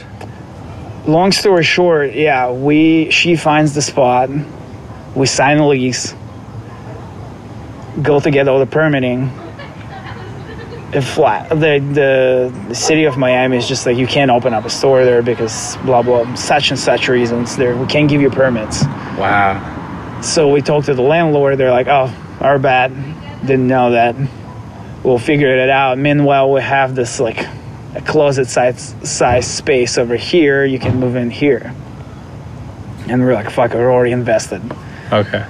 B: long story short, yeah, we she finds the spot, we sign a lease, go to get all the permitting. It flat the, the the city of Miami is just like you can't open up a store there because blah blah such and such reasons there we can't give you permits.
A: Wow.
B: So we talked to the landlord. They're like, "Oh, our bad. Didn't know that. We'll figure it out." Meanwhile, we have this like a closet size size space over here. You can move in here. And we're like, "Fuck, we're already invested."
A: Okay.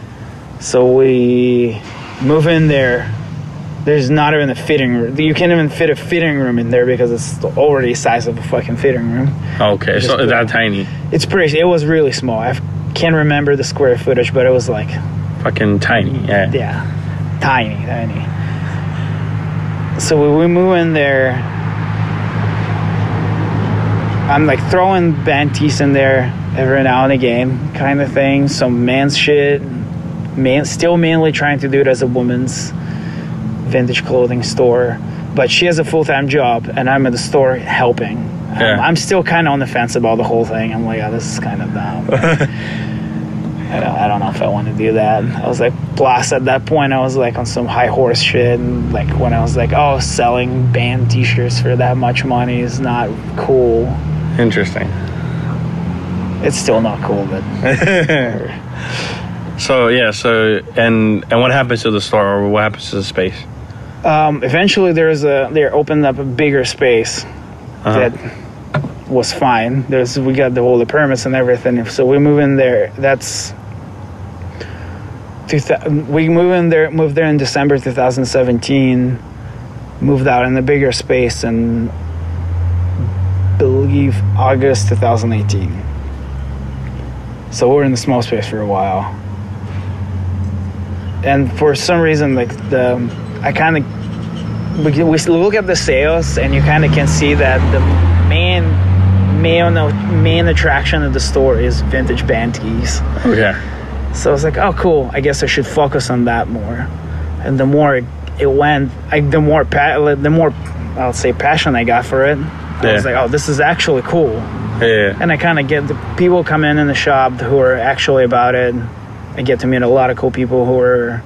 B: So we Move in there. There's not even a fitting room. You can't even fit a fitting room in there because it's already the size of a fucking fitting room.
A: Okay,
B: Just
A: so
B: put-
A: that tiny,
B: It's pretty. It was really small. I can't remember the square footage, but it was like
A: fucking tiny. Yeah.
B: yeah, tiny, tiny. So we, we move in there. I'm like throwing banties in there every now and again, kind of thing. Some man's shit. Man, still mainly trying to do it as a woman's vintage clothing store, but she has a full time job, and I'm at the store helping. I'm-
A: Yeah.
B: I'm, still kind of on the fence about the whole thing. I'm like, oh, this is kind of dumb. I don't, I don't know if I want to do that. I was like, plus at that point, I was like on some high horse shit. And like when I was like, oh, selling band t shirts for that much money is not cool.
A: Interesting.
B: It's still not cool, but
A: So yeah, so and and what happens to the store or what happens to the space?
B: um, eventually there's a, they opened up a bigger space
A: Uh-huh.
B: that was fine. There's, we got the, all the permits and everything. So we move in there. That's, 2000 we move in there, moved there in December 2017. moved out in a bigger space in believe August 2018. So we were in the small space for a while. And for some reason like the I kind of we, can- we look at the sales and you kind of can see that the main main main attraction of the store is vintage band tees.
A: Okay.
B: So I was like, oh, cool. I guess I should focus on that more. And the more it, it went, I, the more pa- like, the more I'll say passion I got for it. I was
A: Yeah.
B: like, oh, this is actually cool.
A: Yeah.
B: And I kind of get the people come in in the shop who are actually about it. I get to meet a lot of cool people who are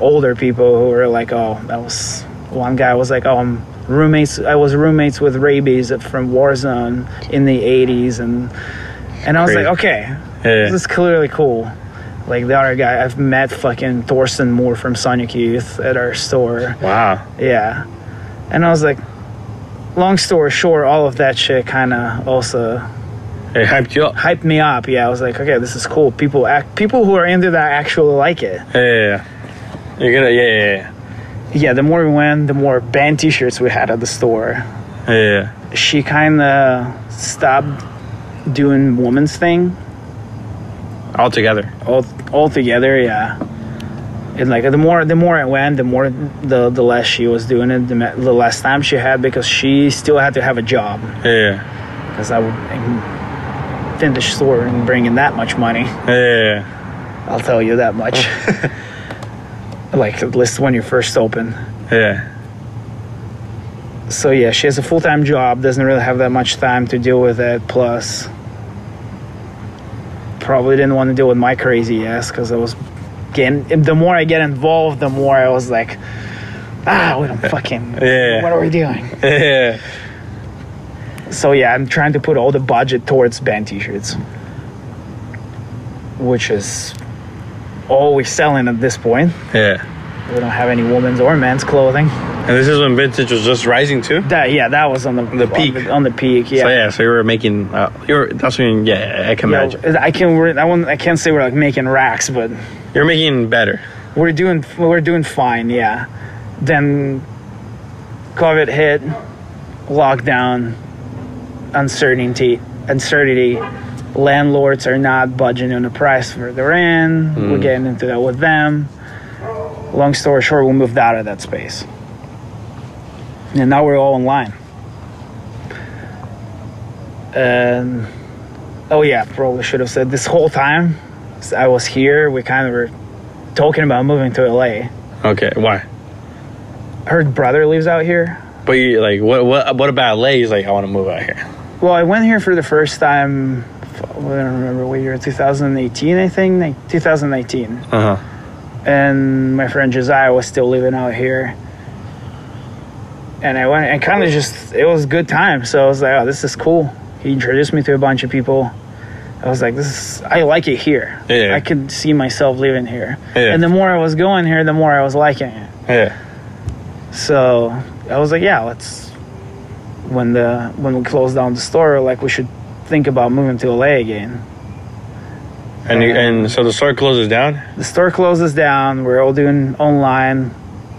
B: older people who are like, oh, that was one guy was like, oh, I'm roommates. I was roommates with rabies from Warzone in the '80s, and and I was
A: Crazy.
B: like, okay,
A: Yeah.
B: this is clearly cool. Like the other guy, I've met fucking Thorsten Moore from Sonic Youth at our store.
A: Wow.
B: Yeah. And I was like, long story short, all of that shit kind of also
A: It hyped you up.
B: hyped me up. Yeah, I was like, okay, this is cool. People act, people who are into that actually like it.
A: Yeah. You're gonna yeah
B: Yeah, the more we went, the more band T-shirts we had at the store.
A: yeah yeah.
B: She kind of stopped doing woman's thing
A: All together.
B: all altogether, yeah. And like the more the more I went, the more the the less she was doing it, the, me- the less time she had because she still had to have a job
A: Yeah.
B: because I would I finish store and bring in that much money.
A: Yeah.
B: I'll tell you that much. like at least when you first open.
A: Yeah.
B: So yeah, she has a full time job, doesn't really have that much time to deal with it. Plus, probably didn't want to deal with my crazy ass because I was getting. The more I get involved, the more I was like, ah, we don't fucking.
A: Yeah.
B: What are we doing?
A: Yeah.
B: So yeah, I'm trying to put all the budget towards band t-shirts, which is all we're selling at this point.
A: Yeah.
B: We don't have any women's or men's clothing.
A: And this is when vintage was just rising too.
B: That yeah, that was on the,
A: The peak.
B: on the, on the peak. Yeah.
A: So yeah, so you were making uh, you were that's when yeah I can
B: Yeah,
A: imagine
B: I can. we're- I won't. I can't say we're like making racks, but
A: you're making better.
B: we're doing. We're doing fine. Yeah. Then COVID hit, lockdown, uncertainty, uncertainty. Landlords are not budging on the price for the rent. We're getting into that with them. Long story short, we moved out of that space, and now we're all online. And Oh yeah, probably should have said this whole time s- I was here. We kind of were talking about moving to LA.
A: Okay, why?
B: Her brother lives out here.
A: But you like what what what about LA? He's like I want to move out here.
B: Well, I went here for the first time. f- I don't remember what year, 2018, I think, like 2019.
A: Uh huh.
B: And my friend Josiah was still living out here. And I went and kind of just it was a good time. So I was like, oh, this is cool. He introduced me to a bunch of people. I was like, this is I like it here.
A: Yeah.
B: I could see myself living here.
A: Yeah.
B: And the more I was going here, the more I was liking it.
A: Yeah.
B: So I was like, yeah, let's. When the when we closed down the store, like we should think about moving to LA again.
A: And you, and so the store closes down.
B: The store closes down. We're all doing online.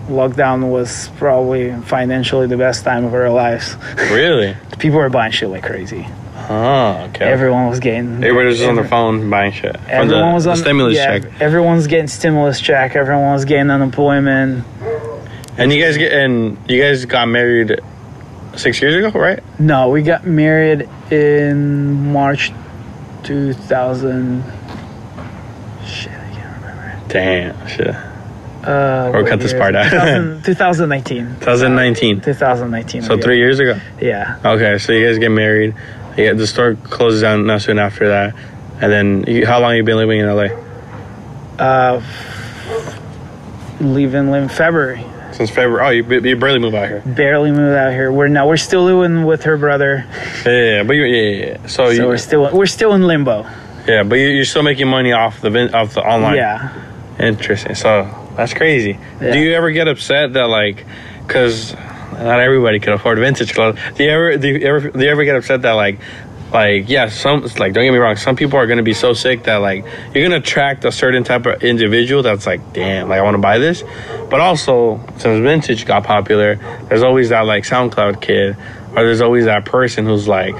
B: Lockdown was probably financially the best time of our lives.
A: Really?
B: People were buying shit like crazy.
A: Oh, okay.
B: Everyone was getting.
A: Everybody was just on
B: every-
A: their phone buying shit. From
B: Everyone
A: the,
B: was
A: the
B: on
A: stimulus
B: yeah,
A: check.
B: Everyone's getting stimulus check. Everyone was getting unemployment.
A: And you guys get and you guys got married six years ago, right?
B: No, we got married in March 2000. Shit, I can't remember.
A: Damn, shit.
B: Uh,
A: Or
B: what
A: cut this
B: year
A: part
B: is it?
A: out.
B: 2000 2019.
A: 2019.
B: 2019.
A: So
B: we
A: three years ago.
B: got- Yeah.
A: Okay, so you guys get married. Yeah, the store closes down not soon after that. And then, you, how long you been living in LA?
B: Uh, leaving in February.
A: Since February. Oh, you, b- you barely moved out here.
B: Barely moved out here. We're now we're still living with her brother.
A: Yeah, yeah, yeah, but you, yeah, yeah, yeah. So,
B: So
A: you,
B: we're still we're still in limbo.
A: yeah, but you, you're still making money off the vin- off the online.
B: Yeah.
A: Interesting. So that's crazy.
B: Yeah.
A: Do you ever get upset that like, because not everybody can afford vintage clothes. Do you ever do you ever do you ever get upset that like, like yeah, some like don't get me wrong, some people are gonna be so sick that like you're gonna attract a certain type of individual that's like damn like I want to buy this, but also since vintage got popular, there's always that like SoundCloud kid, or there's always that person who's like.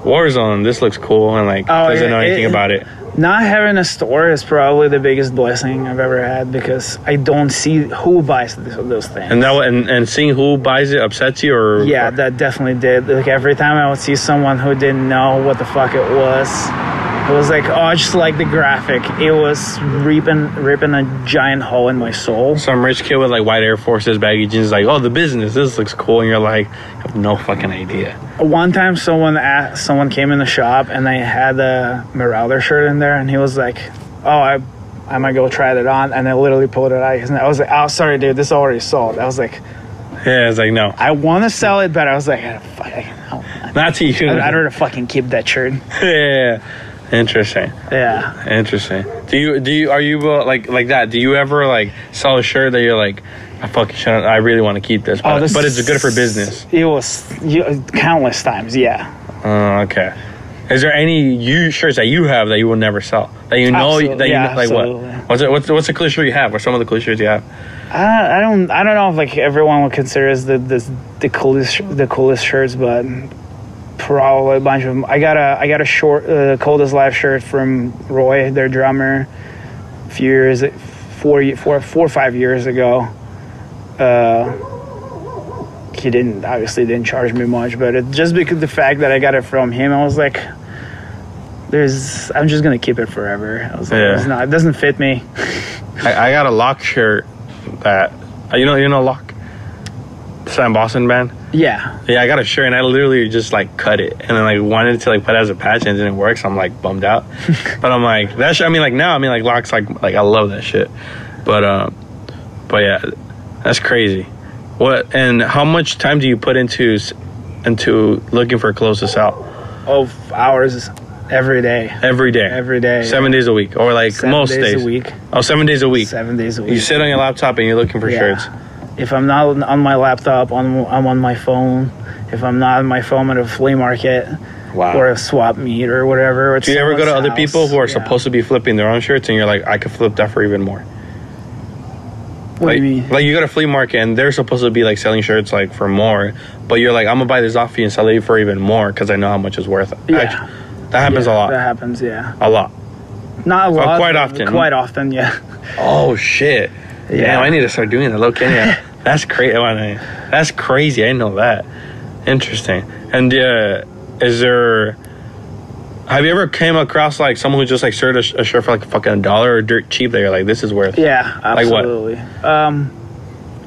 A: Warzone, this looks cool, and like
B: Oh,
A: doesn't
B: yeah,
A: know anything
B: it-
A: about it.
B: Not having a store is probably the biggest blessing I've ever had because I don't see who buys th- those things.
A: And that and and seeing who buys it upsets you, or
B: Yeah, that definitely did. Like every time I would see someone who didn't know what the fuck it was, it was like, oh, I just like the graphic. It was ripping, ripping a giant hole in my soul.
A: some rich kid with like white Air Forces, baggy jeans, is like, oh, the business, this looks cool, and you're like, I have no fucking idea.
B: One time, someone asked, someone came in the shop and I had a Marauder shirt in there, and he was like, oh, I. I might go try it on, and I literally pulled it out. And I was like, "Oh, sorry, dude, this already sold." I was like,
A: Yeah, it's like no,
B: I want to sell it, but I was like, I, fuck, I, don't-
A: not to you.
B: I don't- I don't fucking keep that shirt.
A: yeah, interesting,
B: Yeah.
A: interesting. Do you do you are you uh, like like that? Do you ever like sell a shirt that you're like, I fucking shouldn't, I really want to keep this,
B: Oh,
A: but, but it's good for business.
B: It was you, countless times, yeah.
A: Oh, okay. Is there any you shirts that you have that you will never sell that you know
B: Absolute-
A: that you
B: yeah,
A: like
B: absolutely.
A: what? What's it, what's what's the coolest shirt you have or some of the coolest shirts you have?
B: I, I don't I don't know if like everyone would consider us the the, the coolest sh- the coolest shirts, but probably a bunch of them. I got a I got a short uh, coldest live shirt from Roy, their drummer, a few years four ye- four four or five years ago. Uh, he didn't obviously didn't charge me much, but it just because the fact that I got it from him, I was like. There's, I'm just gonna keep it forever. I was like,
A: Yeah.
B: it's not, it doesn't fit me.
A: I, I got a lock shirt that uh, you know you know lock Sam Boston band.
B: Yeah,
A: Yeah, I got a shirt and I literally just like cut it and then like wanted to like put it as a patch and it didn't work, so I'm like bummed out. but I'm like that shit. I mean like now I mean like locks like like I love that shit. But um, but yeah, that's crazy. What and how much time do you put into s- into looking for clothes to sell
B: of hours every day.
A: every day?
B: Every day.
A: Seven days a week or like
B: Seven
A: most
B: days
A: days,
B: a week.
A: Oh, seven days a week.
B: Seven days a week.
A: You sit on your laptop and you're looking for
B: Yeah.
A: shirts.
B: If I'm not on- on my laptop, on I'm on my phone. If I'm not on my phone at a flea market
A: Wow.
B: or a swap meet or whatever.
A: Do you ever go to other people who are supposed to be flipping their own shirts and you're like, I could flip that for even more?
B: What
A: like,
B: do you mean?
A: like you go to flea market and they're supposed to be like selling shirts like for more, but you're like, I'm gonna buy this off you and sell it for even more because I know how much it's worth.
B: Yeah.
A: Actu- that happens
B: Yeah,
A: a lot,
B: That happens, yeah.
A: a lot.
B: Not a lot.
A: quite
B: but
A: often.
B: Quite often, yeah.
A: Oh shit!
B: Yeah.
A: Damn, I need to start doing that. Low Kenya, that's crazy. That's crazy. I didn't know that. Interesting. And uh, is there? Have you ever came across like someone who just like sold a, sh- a shirt for like fucking a dollar or dirt cheap? That you're like, this is worth.
B: Yeah,
A: Like what?
B: absolutely. Um,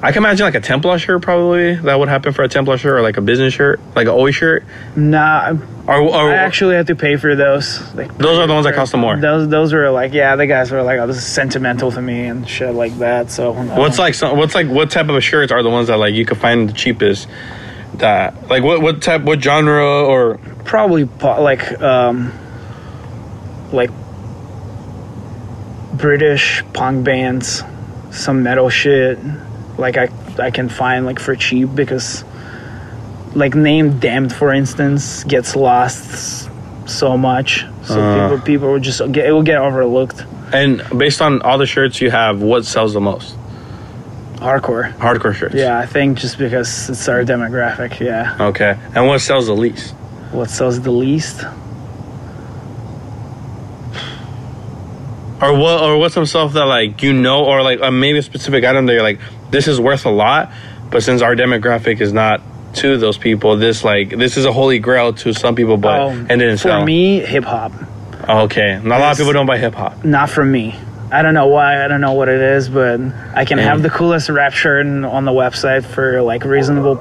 A: I can imagine like a Templar shirt probably that would happen for a Templar shirt or like a business shirt, like an Oi shirt.
B: nah, I'm-
A: Or, or
B: I actually had to pay for those. Like,
A: those are the ones that cost them more.
B: Those those were like, yeah, the guys were like, oh, this is sentimental to me and shit like that. So
A: What's like some, what's like what type of shirts are the ones that like you could find the cheapest? That like what what type what genre or
B: probably po- like um like British punk bands, some metal shit. Like I I can find like for cheap because like name Damned for instance gets lost s- so much. So
A: Uh.
B: people people would just get it will get overlooked.
A: And based on all the shirts you have, what sells the most?
B: Hardcore.
A: Hardcore shirts.
B: Yeah, I think just because it's our demographic. Yeah.
A: Okay. And what sells the least?
B: What sells the least?
A: Or what? Or what's some stuff that like you know, or like uh, maybe a specific item that you're like, this is worth a lot, but since our demographic is not to those people, this like this is a holy grail to some people, but and didn't
B: Oh, Um, for
A: sell.
B: me, hip hop.
A: okay. And a lot of
B: Yes.
A: people don't buy hip hop.
B: Not for me. I don't know why. I don't know what it is, but I can
A: Yeah.
B: have the coolest rap shirt and- on the website for like reasonable,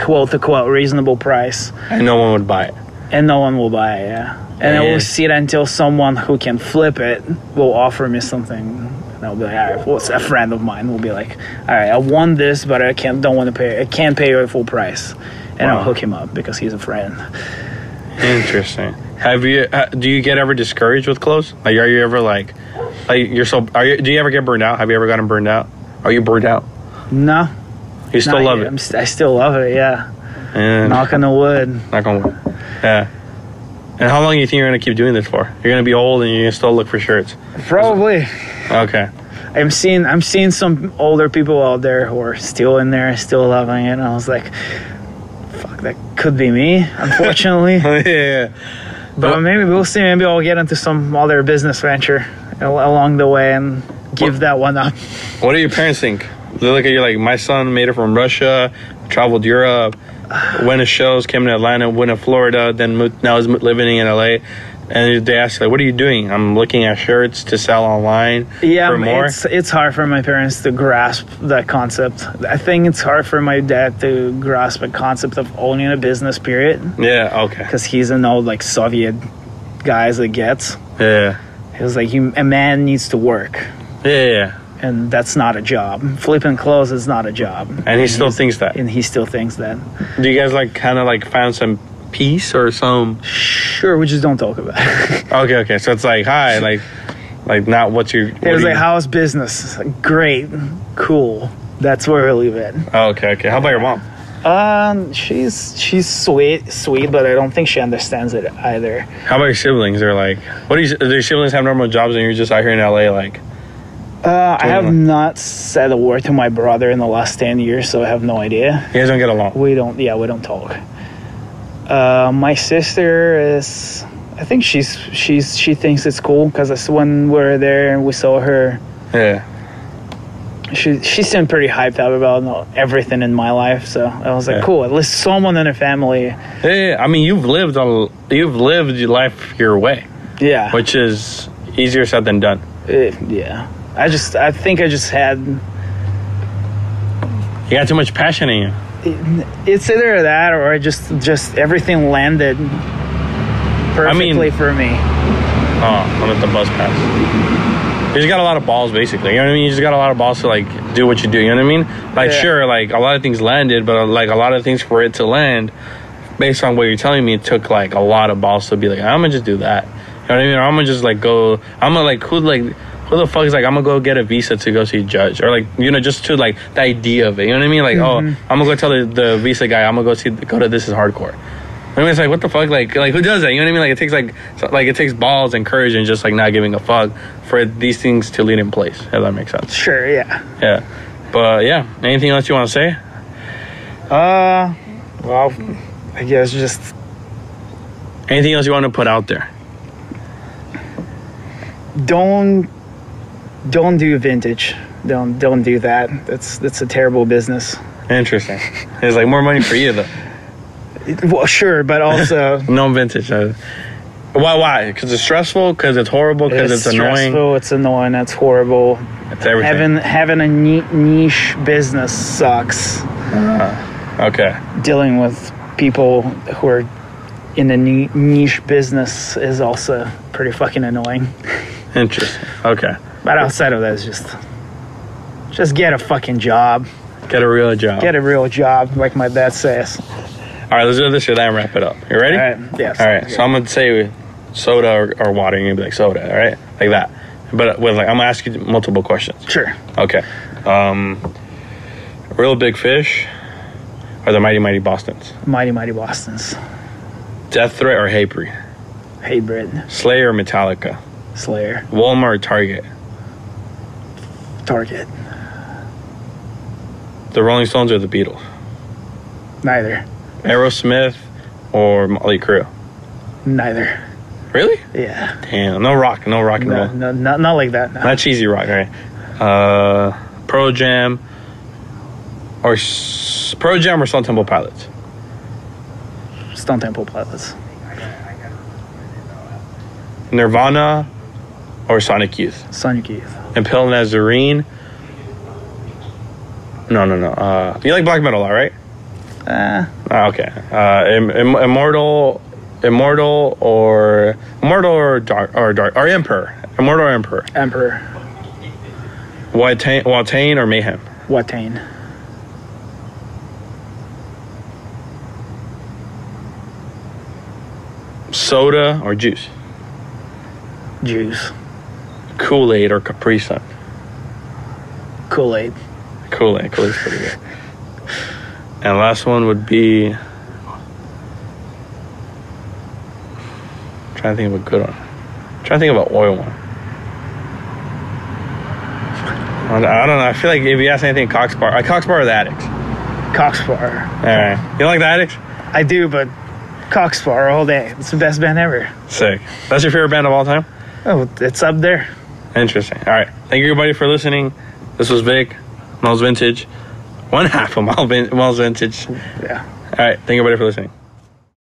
B: quote to quote reasonable price,
A: and no one would buy it.
B: and no one will buy it. Yeah. And I
A: Yeah.
B: will see it until someone who can flip it will offer me something. And I'll be like, all right, what's a friend of mine will be like, all right, I want this, but I can't, don't want to pay, I can't pay you full price. And
A: Wow.
B: I'll hook him up because he's a friend.
A: Interesting. Have you? ha- Do you get ever discouraged with clothes? Like, are you ever like, like you're so? Are you? Do you ever get burned out? Have you ever gotten burned out? Are you burned out?
B: No,
A: You still
B: not
A: love
B: yet. I'm
A: it.
B: st- I still love it. Yeah.
A: Yeah.
B: Knock on the wood.
A: Knock on wood. Yeah. And how long do you think you're gonna keep doing this for? You're gonna be old and you're gonna still look for shirts.
B: Probably.
A: Okay.
B: I'm seeing I'm seeing some older people out there who are still in there, still loving it, and I was like, "Fuck, that could be me." Unfortunately,
A: yeah. yeah.
B: but maybe we'll see. Maybe I'll get into some other business venture al- along the way and give that one up.
A: What do your parents think? They look at you like my son made it from Russia, traveled Europe, went to shows, came to Atlanta, went to Florida, then moved, now is living in LA. And they ask like, "What are you doing?" I'm looking at shirts to sell online
B: Yeah, um,
A: for more.
B: it's it's hard for my parents to grasp that concept. I think it's hard for my dad to grasp a concept of owning a business, period,
A: yeah. Okay.
B: because he's an old like Soviet guy as it gets.
A: Yeah.
B: He was like, "You- "A man needs to work."
A: Yeah. Yeah. yeah.
B: and that's not a job. Flipping clothes is not a job,
A: And he still thinks that.
B: and he still thinks that.
A: Do you guys like kind of like found some peace or some?
B: Sure, we just don't talk about it.
A: Okay. Okay. So it's like, hi, like, like not what's your. what
B: it was
A: do
B: like,
A: you-
B: how's business? Great, cool. That's where we leave it.
A: Oh, okay. Okay. How about your mom?
B: Um, she's she's sweet, sweet, but I don't think she understands it either.
A: How about your siblings? They're like, what do you, do your siblings have normal jobs and you're just out here in LA? Like,
B: Uh, I have
A: Totally.
B: not said a word to my brother in the last ten years, so I have no idea.
A: you guys don't get along.
B: We don't. Yeah, we don't talk. Uh, my sister is. I think she's she's she thinks it's cool because when we were there and we saw her,
A: Yeah.
B: she she seemed pretty hyped up about everything in my life. So I was like,
A: Yeah.
B: cool. At least someone in her family.
A: Yeah, yeah. I mean, you've lived a, you've lived your life your way,
B: Yeah.
A: which is easier said than done.
B: Uh, yeah. I just I think I just had.
A: You got too much passion in you.
B: It's either that or I just just everything landed
A: mean-
B: perfectly for me.
A: Oh, I'm at the bus pass. You just got a lot of balls, basically. You know what I mean? You just got a lot of balls to like do what you do. You know what I mean? Like,
B: Yeah.
A: sure, like a lot of things landed, but like a lot of things for it to land, based on what you're telling me, it took like a lot of balls to be like, I'm gonna just do that. You know what I mean? Or I'm gonna just like go. I'm gonna like who like who the fuck is like I'm gonna go get a visa to go see judge or like you know just to like the idea of it. You know what I mean? Like oh, I'm gonna go tell the, the visa guy I'm gonna go see go to this is hardcore. I mean, it's like what the fuck, like, like who does that? You know what I mean? Like, it takes like, so- like it takes balls and courage and just like not giving a fuck for these things to lead in place. If that makes sense.
B: Sure. Yeah.
A: Yeah, but yeah. Anything else you want to say?
B: Uh. Well, I guess just
A: Anything else you want to put out there?
B: don't don't do vintage. Don't don't do that. That's that's a terrible business.
A: Interesting. It's like more money for you though.
B: It- well, sure, but also
A: No vintage. uh, why? Why? Because it's stressful. Because it's horrible. Because it's, annoying.
B: stressful, It's annoying. It's horrible.
A: It's everything.
B: Having having a ni- niche business sucks.
A: Okay.
B: Dealing with people who are in a ni- niche business is also pretty fucking annoying.
A: Interesting. Okay.
B: But outside of that, it's just just get a fucking job.
A: Get a real job.
B: Get a real job, like my dad says.
A: All right. Let's do this shit and wrap it up. You ready?
B: All right. Yeah.
A: All right, so I'm gonna say soda or, or water. You're gonna be like soda, all right, like that. But with like, I'm gonna ask you multiple questions.
B: sure.
A: Okay. Um, real big fish, or the mighty mighty Boston's.
B: Mighty Mighty Boston's.
A: Death threat or hate breed.
B: hate bread.
A: Slayer, Metallica,
B: Slayer.
A: Walmart, Target,
B: Target.
A: the Rolling Stones or the Beatles,
B: Neither.
A: Aerosmith or Motley Crue.
B: Neither.
A: Really?
B: Yeah.
A: Damn, no rock, no rock and
B: No,
A: roll,
B: no, not, not like that. No.
A: not cheesy rock. All right, uh, Pearl Jam or S- Pearl Jam or Stone Temple Pilots.
B: Stone Temple Pilots.
A: Nirvana or Sonic Youth.
B: Sonic Youth.
A: Impel Nazarene. No, no, no. Uh, you like black metal, all right?
B: Uh,
A: Ah, okay. Uh, Im- Im- immortal, immortal, or immortal or dark or dark or emperor. Immortal or emperor.
B: Emperor.
A: Watain, Watain or mayhem.
B: Watain.
A: Soda or juice.
B: Jews.
A: Kool Aid or Capri Sun.
B: Kool Aid.
A: Kool Aid. Kool Aid's pretty good. And last one would be. trying to think of a good one. trying to think of an oil one. I don't- I don't know. I feel like if you ask anything, Cox Bar. I Cox Bar or the Addicts.
B: Cox Bar.
A: All right. You like the Addicts?
B: I do, but Cox Bar all day. It's the best band ever.
A: Sick. That's your favorite band of all time?
B: Oh, it's up there.
A: Interesting. All right. Thank you, everybody, for listening. This was Vic, Miles Vintage. One half of Miles Vin- Miles Vintage. All
B: Yeah.
A: right. Thank you, everybody, for listening.